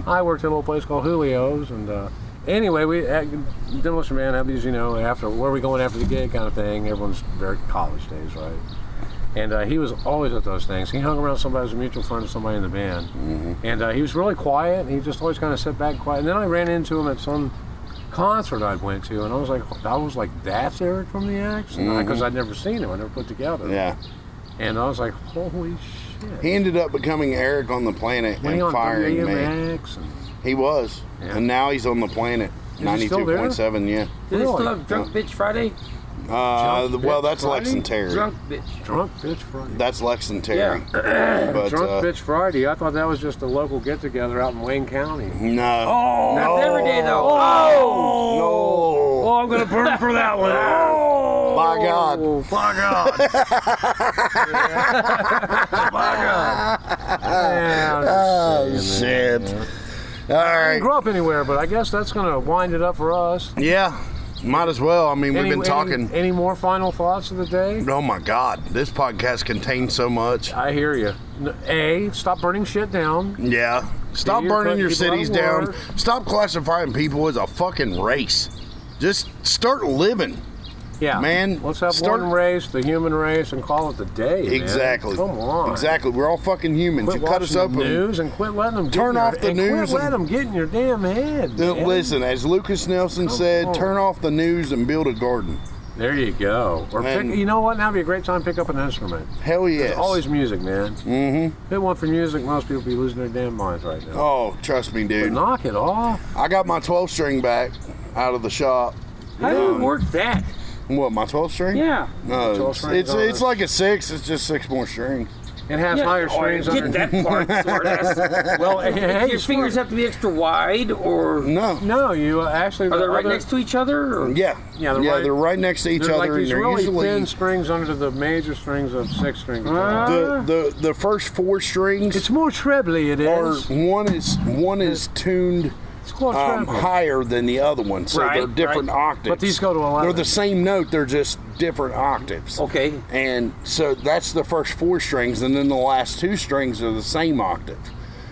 Speaker 2: I worked at a little place called Julio's, and uh, anyway, we at Demolition Man have these, you know, after where are we going after the gig kind of thing. Everyone's very college days, right? And uh, he was always at those things. He hung around somebody who was a mutual friend of somebody in the band,
Speaker 1: Mm-hmm.
Speaker 2: and uh, he was really quiet. He just always kind of sat back quiet. And then I ran into him at some concert I went to, and I was like, I was like, that's Eric from the Axe, because
Speaker 1: Mhm.
Speaker 2: I'd never seen him. I never put together.
Speaker 1: Yeah.
Speaker 2: And I was like, holy shit.
Speaker 1: He ended up becoming Eric on the planet
Speaker 2: Went
Speaker 1: and
Speaker 2: on
Speaker 1: firing me.
Speaker 2: WMX
Speaker 1: He was. And now he's on the planet.
Speaker 5: Is he still there?
Speaker 1: 92.7, yeah.
Speaker 5: Do they still have Drunk Bitch Friday?
Speaker 1: Uh,
Speaker 5: Drunk
Speaker 1: well,
Speaker 5: Bitch
Speaker 1: that's
Speaker 5: Friday?
Speaker 1: Lex and Terry.
Speaker 5: Drunk Bitch.
Speaker 2: Drunk Bitch Friday.
Speaker 1: That's Lex and Terry.
Speaker 2: Yeah.
Speaker 1: But,
Speaker 2: Drunk
Speaker 1: uh,
Speaker 2: Bitch Friday. I thought that was just a local get together out in Wayne County.
Speaker 1: No.
Speaker 2: Oh,
Speaker 5: That's every day though.
Speaker 2: Oh,
Speaker 1: no.
Speaker 2: Oh, I'm gonna burn for that one. Oh,
Speaker 1: my God.
Speaker 2: My God. my God.
Speaker 1: Oh, shit. All right.
Speaker 2: Didn't grow up anywhere, but I guess that's gonna wind it up for us.
Speaker 1: Yeah. Might as well. I mean,
Speaker 2: Any-
Speaker 1: we've been
Speaker 2: any-
Speaker 1: talking.
Speaker 2: Any, more final thoughts of the day?
Speaker 1: Oh my God, this podcast contains so much.
Speaker 2: I hear you. A, stop burning shit down.
Speaker 1: Yeah. Stop
Speaker 2: you're
Speaker 1: burning
Speaker 2: putting
Speaker 1: your
Speaker 2: people out
Speaker 1: cities
Speaker 2: of
Speaker 1: down.
Speaker 2: order.
Speaker 1: Stop classifying people as a fucking race. Just start living.
Speaker 2: Yeah,
Speaker 1: man.
Speaker 2: Let's have
Speaker 1: start-
Speaker 2: one race, the human race, and call it the day. man.
Speaker 1: Exactly.
Speaker 2: Come on.
Speaker 1: Exactly. We're all fucking humans.
Speaker 2: Quit
Speaker 1: you cut us
Speaker 2: watching
Speaker 1: open.
Speaker 2: the news and quit letting them get
Speaker 1: Turn
Speaker 2: in your-
Speaker 1: off the
Speaker 2: and quit
Speaker 1: news
Speaker 2: let
Speaker 1: and-
Speaker 2: them get in your damn head.
Speaker 1: Th-
Speaker 2: man.
Speaker 1: Listen, as Lucas Nelson said,
Speaker 2: on.
Speaker 1: turn off the news and build a garden.
Speaker 2: There you go. Or pick,
Speaker 1: And-
Speaker 2: you know what? Now'd be a great time to pick up an instrument.
Speaker 1: Hell
Speaker 2: There's
Speaker 1: yes.
Speaker 2: always music, man. Mm-hmm. If it weren't for music, most people be losing their damn minds right now.
Speaker 1: Oh, trust me, dude.
Speaker 2: knock it off.
Speaker 1: I got my 12 string back out of the shop.
Speaker 5: How do you
Speaker 1: Um,
Speaker 5: work that?
Speaker 1: What, my 12 string?
Speaker 5: Yeah.
Speaker 1: No,
Speaker 5: 12
Speaker 1: it's,
Speaker 5: string
Speaker 1: it's,
Speaker 5: on
Speaker 1: it's
Speaker 5: a-
Speaker 1: like a six. It's just six more strings.
Speaker 2: It has
Speaker 5: Yeah,
Speaker 2: higher
Speaker 5: or
Speaker 2: strings
Speaker 5: Get that part, smartass.
Speaker 2: well, hey, hey,
Speaker 5: your fingers have to be extra wide, or
Speaker 1: no?
Speaker 2: No, you uh, actually
Speaker 5: are they right
Speaker 2: other-
Speaker 5: next to each other? Or?
Speaker 1: Yeah,
Speaker 2: Yeah, they're, right,
Speaker 1: next to each
Speaker 2: they're
Speaker 1: other.
Speaker 2: Like
Speaker 1: and
Speaker 2: these
Speaker 1: they're
Speaker 2: really
Speaker 1: usually
Speaker 2: thin strings under the major strings of six string guitar.
Speaker 1: the, the the first four strings. It's
Speaker 2: more trebly. It
Speaker 1: is. Or one is one is tuned
Speaker 2: called
Speaker 1: um,
Speaker 2: treble.
Speaker 1: higher than the other one, so
Speaker 2: Right,
Speaker 1: they're different
Speaker 2: right.
Speaker 1: octaves.
Speaker 2: But these go to 11.
Speaker 1: They're the same note. They're just different octaves.
Speaker 5: Okay.
Speaker 1: And so that's the first four strings, and then the last two strings are the same octave.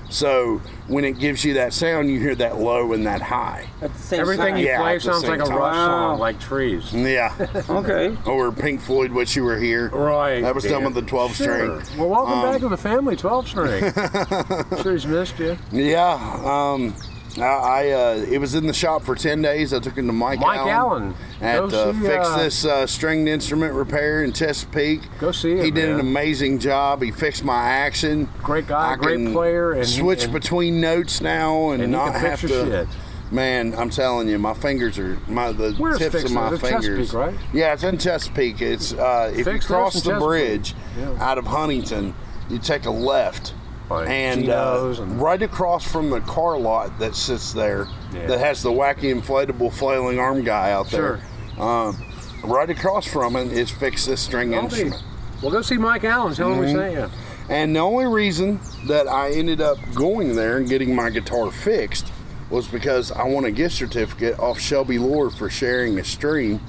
Speaker 1: So when it gives you that sound, you hear that low and that high.
Speaker 5: At the
Speaker 2: Everything you play sounds like a rock song, like trees.
Speaker 1: Yeah.
Speaker 5: okay.
Speaker 1: Or Pink Floyd, "Wish You Were Here."
Speaker 2: Right.
Speaker 1: That was done
Speaker 2: yeah.
Speaker 1: with the twelve
Speaker 2: Sure.
Speaker 1: string.
Speaker 2: Well, welcome
Speaker 1: Um,
Speaker 2: back to the family 12 string. sure he's missed you.
Speaker 1: Yeah, um, I, I uh, it was in the shop for ten days. I took it to Mike,
Speaker 2: Mike
Speaker 1: Allen,
Speaker 2: Allen.
Speaker 1: at
Speaker 2: Go
Speaker 1: uh,
Speaker 2: see,
Speaker 1: Fix
Speaker 2: uh,
Speaker 1: This uh, Stringed Instrument Repair in Chesapeake. Go see He did an
Speaker 2: man.
Speaker 1: amazing job. He fixed my action. Great guy,
Speaker 2: great player, and he-
Speaker 1: switch
Speaker 2: and-
Speaker 1: between notes now and,
Speaker 2: and he can
Speaker 1: not have
Speaker 2: fix
Speaker 1: to.
Speaker 2: your shit.
Speaker 1: Man, I'm telling you, my fingers are my the
Speaker 2: Where's
Speaker 1: tips
Speaker 2: Fix
Speaker 1: of my
Speaker 2: This? It's
Speaker 1: fingers.
Speaker 2: Chesapeake, right?
Speaker 1: Yeah, it's in Chesapeake. It's uh, if
Speaker 2: Fix This
Speaker 1: you cross
Speaker 2: in
Speaker 1: the
Speaker 2: Chesapeake.
Speaker 1: bridge out of Huntington, you take a left, and, uh,
Speaker 2: Geno's
Speaker 1: right across from the car lot that sits there,
Speaker 2: Yeah.
Speaker 1: that has the wacky inflatable flailing arm guy out there. Um, right across from it is Fix This String
Speaker 2: I'll be-
Speaker 1: Instrument.
Speaker 2: Well, go see Mike Allen. Tell him we
Speaker 1: Mhm.
Speaker 2: sent you.
Speaker 1: And the only reason that I ended up going there and getting my guitar fixed was because I won a gift certificate off Shelby Lore for sharing a stream,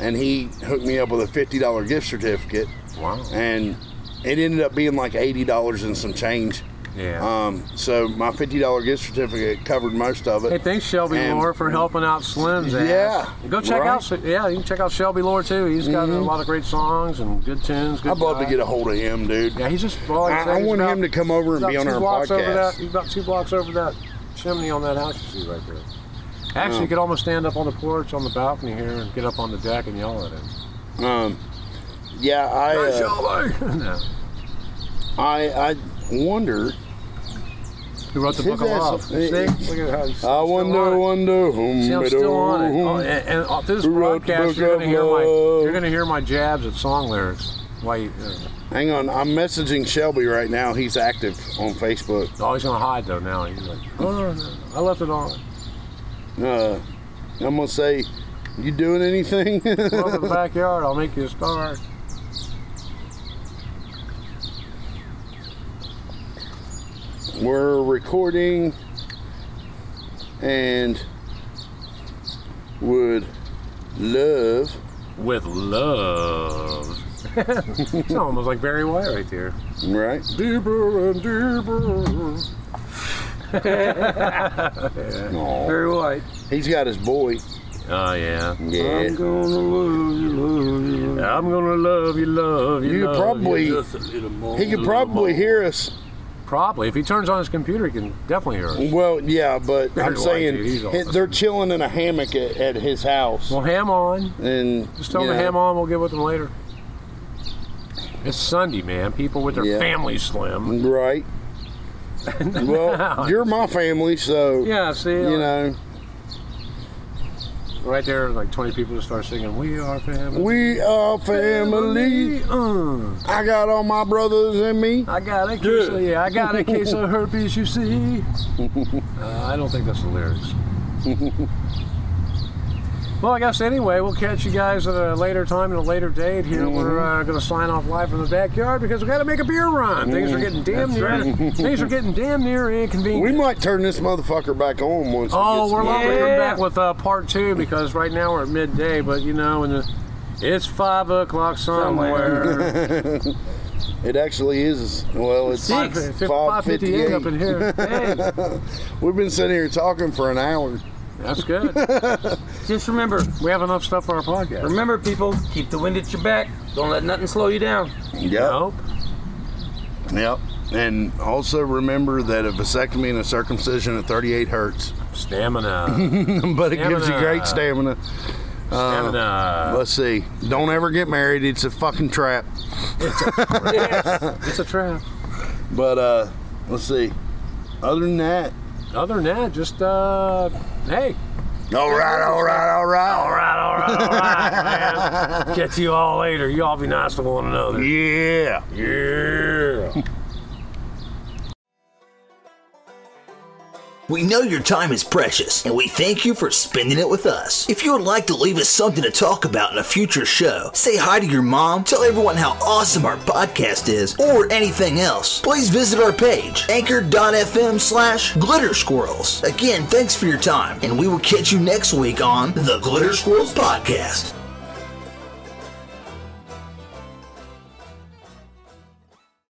Speaker 1: and he hooked me up with a fifty dollar gift certificate.
Speaker 2: Wow.
Speaker 1: And it ended up being like eighty dollars and some change.
Speaker 2: Yeah.
Speaker 1: Um. So my fifty dollar gift certificate covered most of it.
Speaker 2: Hey, thanks Shelby
Speaker 1: And-
Speaker 2: Lore for helping out Slim's ass.
Speaker 1: Yeah,
Speaker 2: Go check
Speaker 1: right.
Speaker 2: out. Yeah, you can check out Shelby Lore too. He's got a
Speaker 1: Mhm.
Speaker 2: lot of great songs and good tunes. Good
Speaker 1: I'd love to
Speaker 2: guy.
Speaker 1: get a hold of him, dude.
Speaker 2: uh, Yeah, he's just.
Speaker 1: I, I want him to come over and
Speaker 2: About
Speaker 1: be on
Speaker 2: two
Speaker 1: our
Speaker 2: blocks Over that,
Speaker 1: podcast.
Speaker 2: he's about two blocks over that chimney on that house you see right there. Actually,
Speaker 1: Yeah.
Speaker 2: you could almost stand up on the porch on the balcony here and get up on the deck and yell at him.
Speaker 1: Um. Yeah, I.
Speaker 2: Hey,
Speaker 1: uh,
Speaker 2: Shelby! no.
Speaker 1: I I wonder.
Speaker 2: Who wrote the Book of Love? See? Look at how he's
Speaker 1: I wonder, wonder whom
Speaker 2: See, I'm
Speaker 1: it
Speaker 2: still on it. Oh,
Speaker 1: whom-
Speaker 2: and, and off this
Speaker 1: who wrote the
Speaker 2: broadcast,
Speaker 1: Book
Speaker 2: you're
Speaker 1: of
Speaker 2: gonna hear my
Speaker 1: Love?
Speaker 2: you're gonna hear my jabs at song lyrics. Why? Uh,
Speaker 1: Hang on, I'm messaging Shelby right now. He's active on Facebook.
Speaker 2: oh, he's gonna hide though now. He's like, oh, no, no, I left it on.
Speaker 1: Uh, I'm gonna say, you doing anything?
Speaker 2: Go to the backyard. I'll make you a star.
Speaker 1: We're recording, and would love
Speaker 2: with love. it's almost like Barry White right there.
Speaker 1: Right.
Speaker 2: Deeper and deeper.
Speaker 1: Very
Speaker 5: white.
Speaker 1: He's got his boy.
Speaker 2: Oh yeah.
Speaker 1: Yeah.
Speaker 2: I'm gonna love you, love you. love you. I'm gonna love you, love you.
Speaker 1: You could
Speaker 2: love
Speaker 1: probably-
Speaker 2: you just a little more,
Speaker 1: He could
Speaker 2: little
Speaker 1: probably
Speaker 2: more.
Speaker 1: hear us.
Speaker 2: Probably, if he turns on his computer, he can definitely hear us.
Speaker 1: Well, yeah, but
Speaker 2: Barry
Speaker 1: I'm
Speaker 2: White,
Speaker 1: saying
Speaker 2: dude, he's
Speaker 1: it- they're chilling in a hammock at, at his house.
Speaker 2: Well, ham on.
Speaker 1: And
Speaker 2: Just tell
Speaker 1: you
Speaker 2: him to
Speaker 1: know,
Speaker 2: ham on. We'll get with him later. It's Sunday, man. People with their
Speaker 1: Yeah.
Speaker 2: families slim.
Speaker 1: Right. well, you're my family, so
Speaker 2: Yeah, see,
Speaker 1: you
Speaker 2: like-
Speaker 1: know
Speaker 2: Right there, like 20 people just start singing, "We are family." Mm.
Speaker 1: we are family. I got all my brothers and me.
Speaker 2: I got a case of, yeah, I got a case of herpes, you see. Uh, I don't think that's the lyrics. Well, I guess anyway, we'll catch you guys at a later time and a later date here. We're
Speaker 1: Mm-hmm.
Speaker 2: uh, going to sign off live from the backyard because we got to make a beer run. Things are getting damn
Speaker 1: Mm-hmm. That's
Speaker 2: near.
Speaker 1: right.
Speaker 2: Things are getting damn near inconvenient.
Speaker 1: we might turn this motherfucker back on once.
Speaker 2: Oh,
Speaker 1: we
Speaker 2: we're
Speaker 1: get
Speaker 2: lovely.
Speaker 1: some-
Speaker 2: We're back with uh, part two because right now we're at midday, but you know, and it's five o'clock somewhere.
Speaker 1: it actually is. Well, it's
Speaker 2: Six.
Speaker 1: five
Speaker 2: Fif- 5:58 up in here.
Speaker 1: We've been sitting here talking for an hour.
Speaker 2: That's good.
Speaker 5: Just remember,
Speaker 2: we have enough stuff for our podcast.
Speaker 5: Remember, people, keep the wind at your back. Don't let nothing slow you down.
Speaker 1: Yep. Yep. And also remember that a vasectomy and a circumcision at 38 hurts.
Speaker 2: Stamina.
Speaker 1: but it gives you great
Speaker 2: Stamina.
Speaker 1: stamina. Uh,
Speaker 2: Stamina.
Speaker 1: let's see. Don't ever get married. It's a fucking trap.
Speaker 2: It's a trap.
Speaker 1: But uh, let's see. Other than that.
Speaker 2: Other than that, just uh, hey.
Speaker 1: All right, all right, all right, all
Speaker 2: right, all right, all right. man. Catch you all later. You all be nice to one another.
Speaker 1: Yeah.
Speaker 2: Yeah.
Speaker 3: We know your time is precious, and we thank you for spending it with us. If you would like to leave us something to talk about in a future show, say hi to your mom, tell everyone how awesome our podcast is, or anything else, please visit our page, anchor.fm slash glitter squirrels. Again, thanks for your time, and we will catch you next week on the Glitter Squirrels Podcast.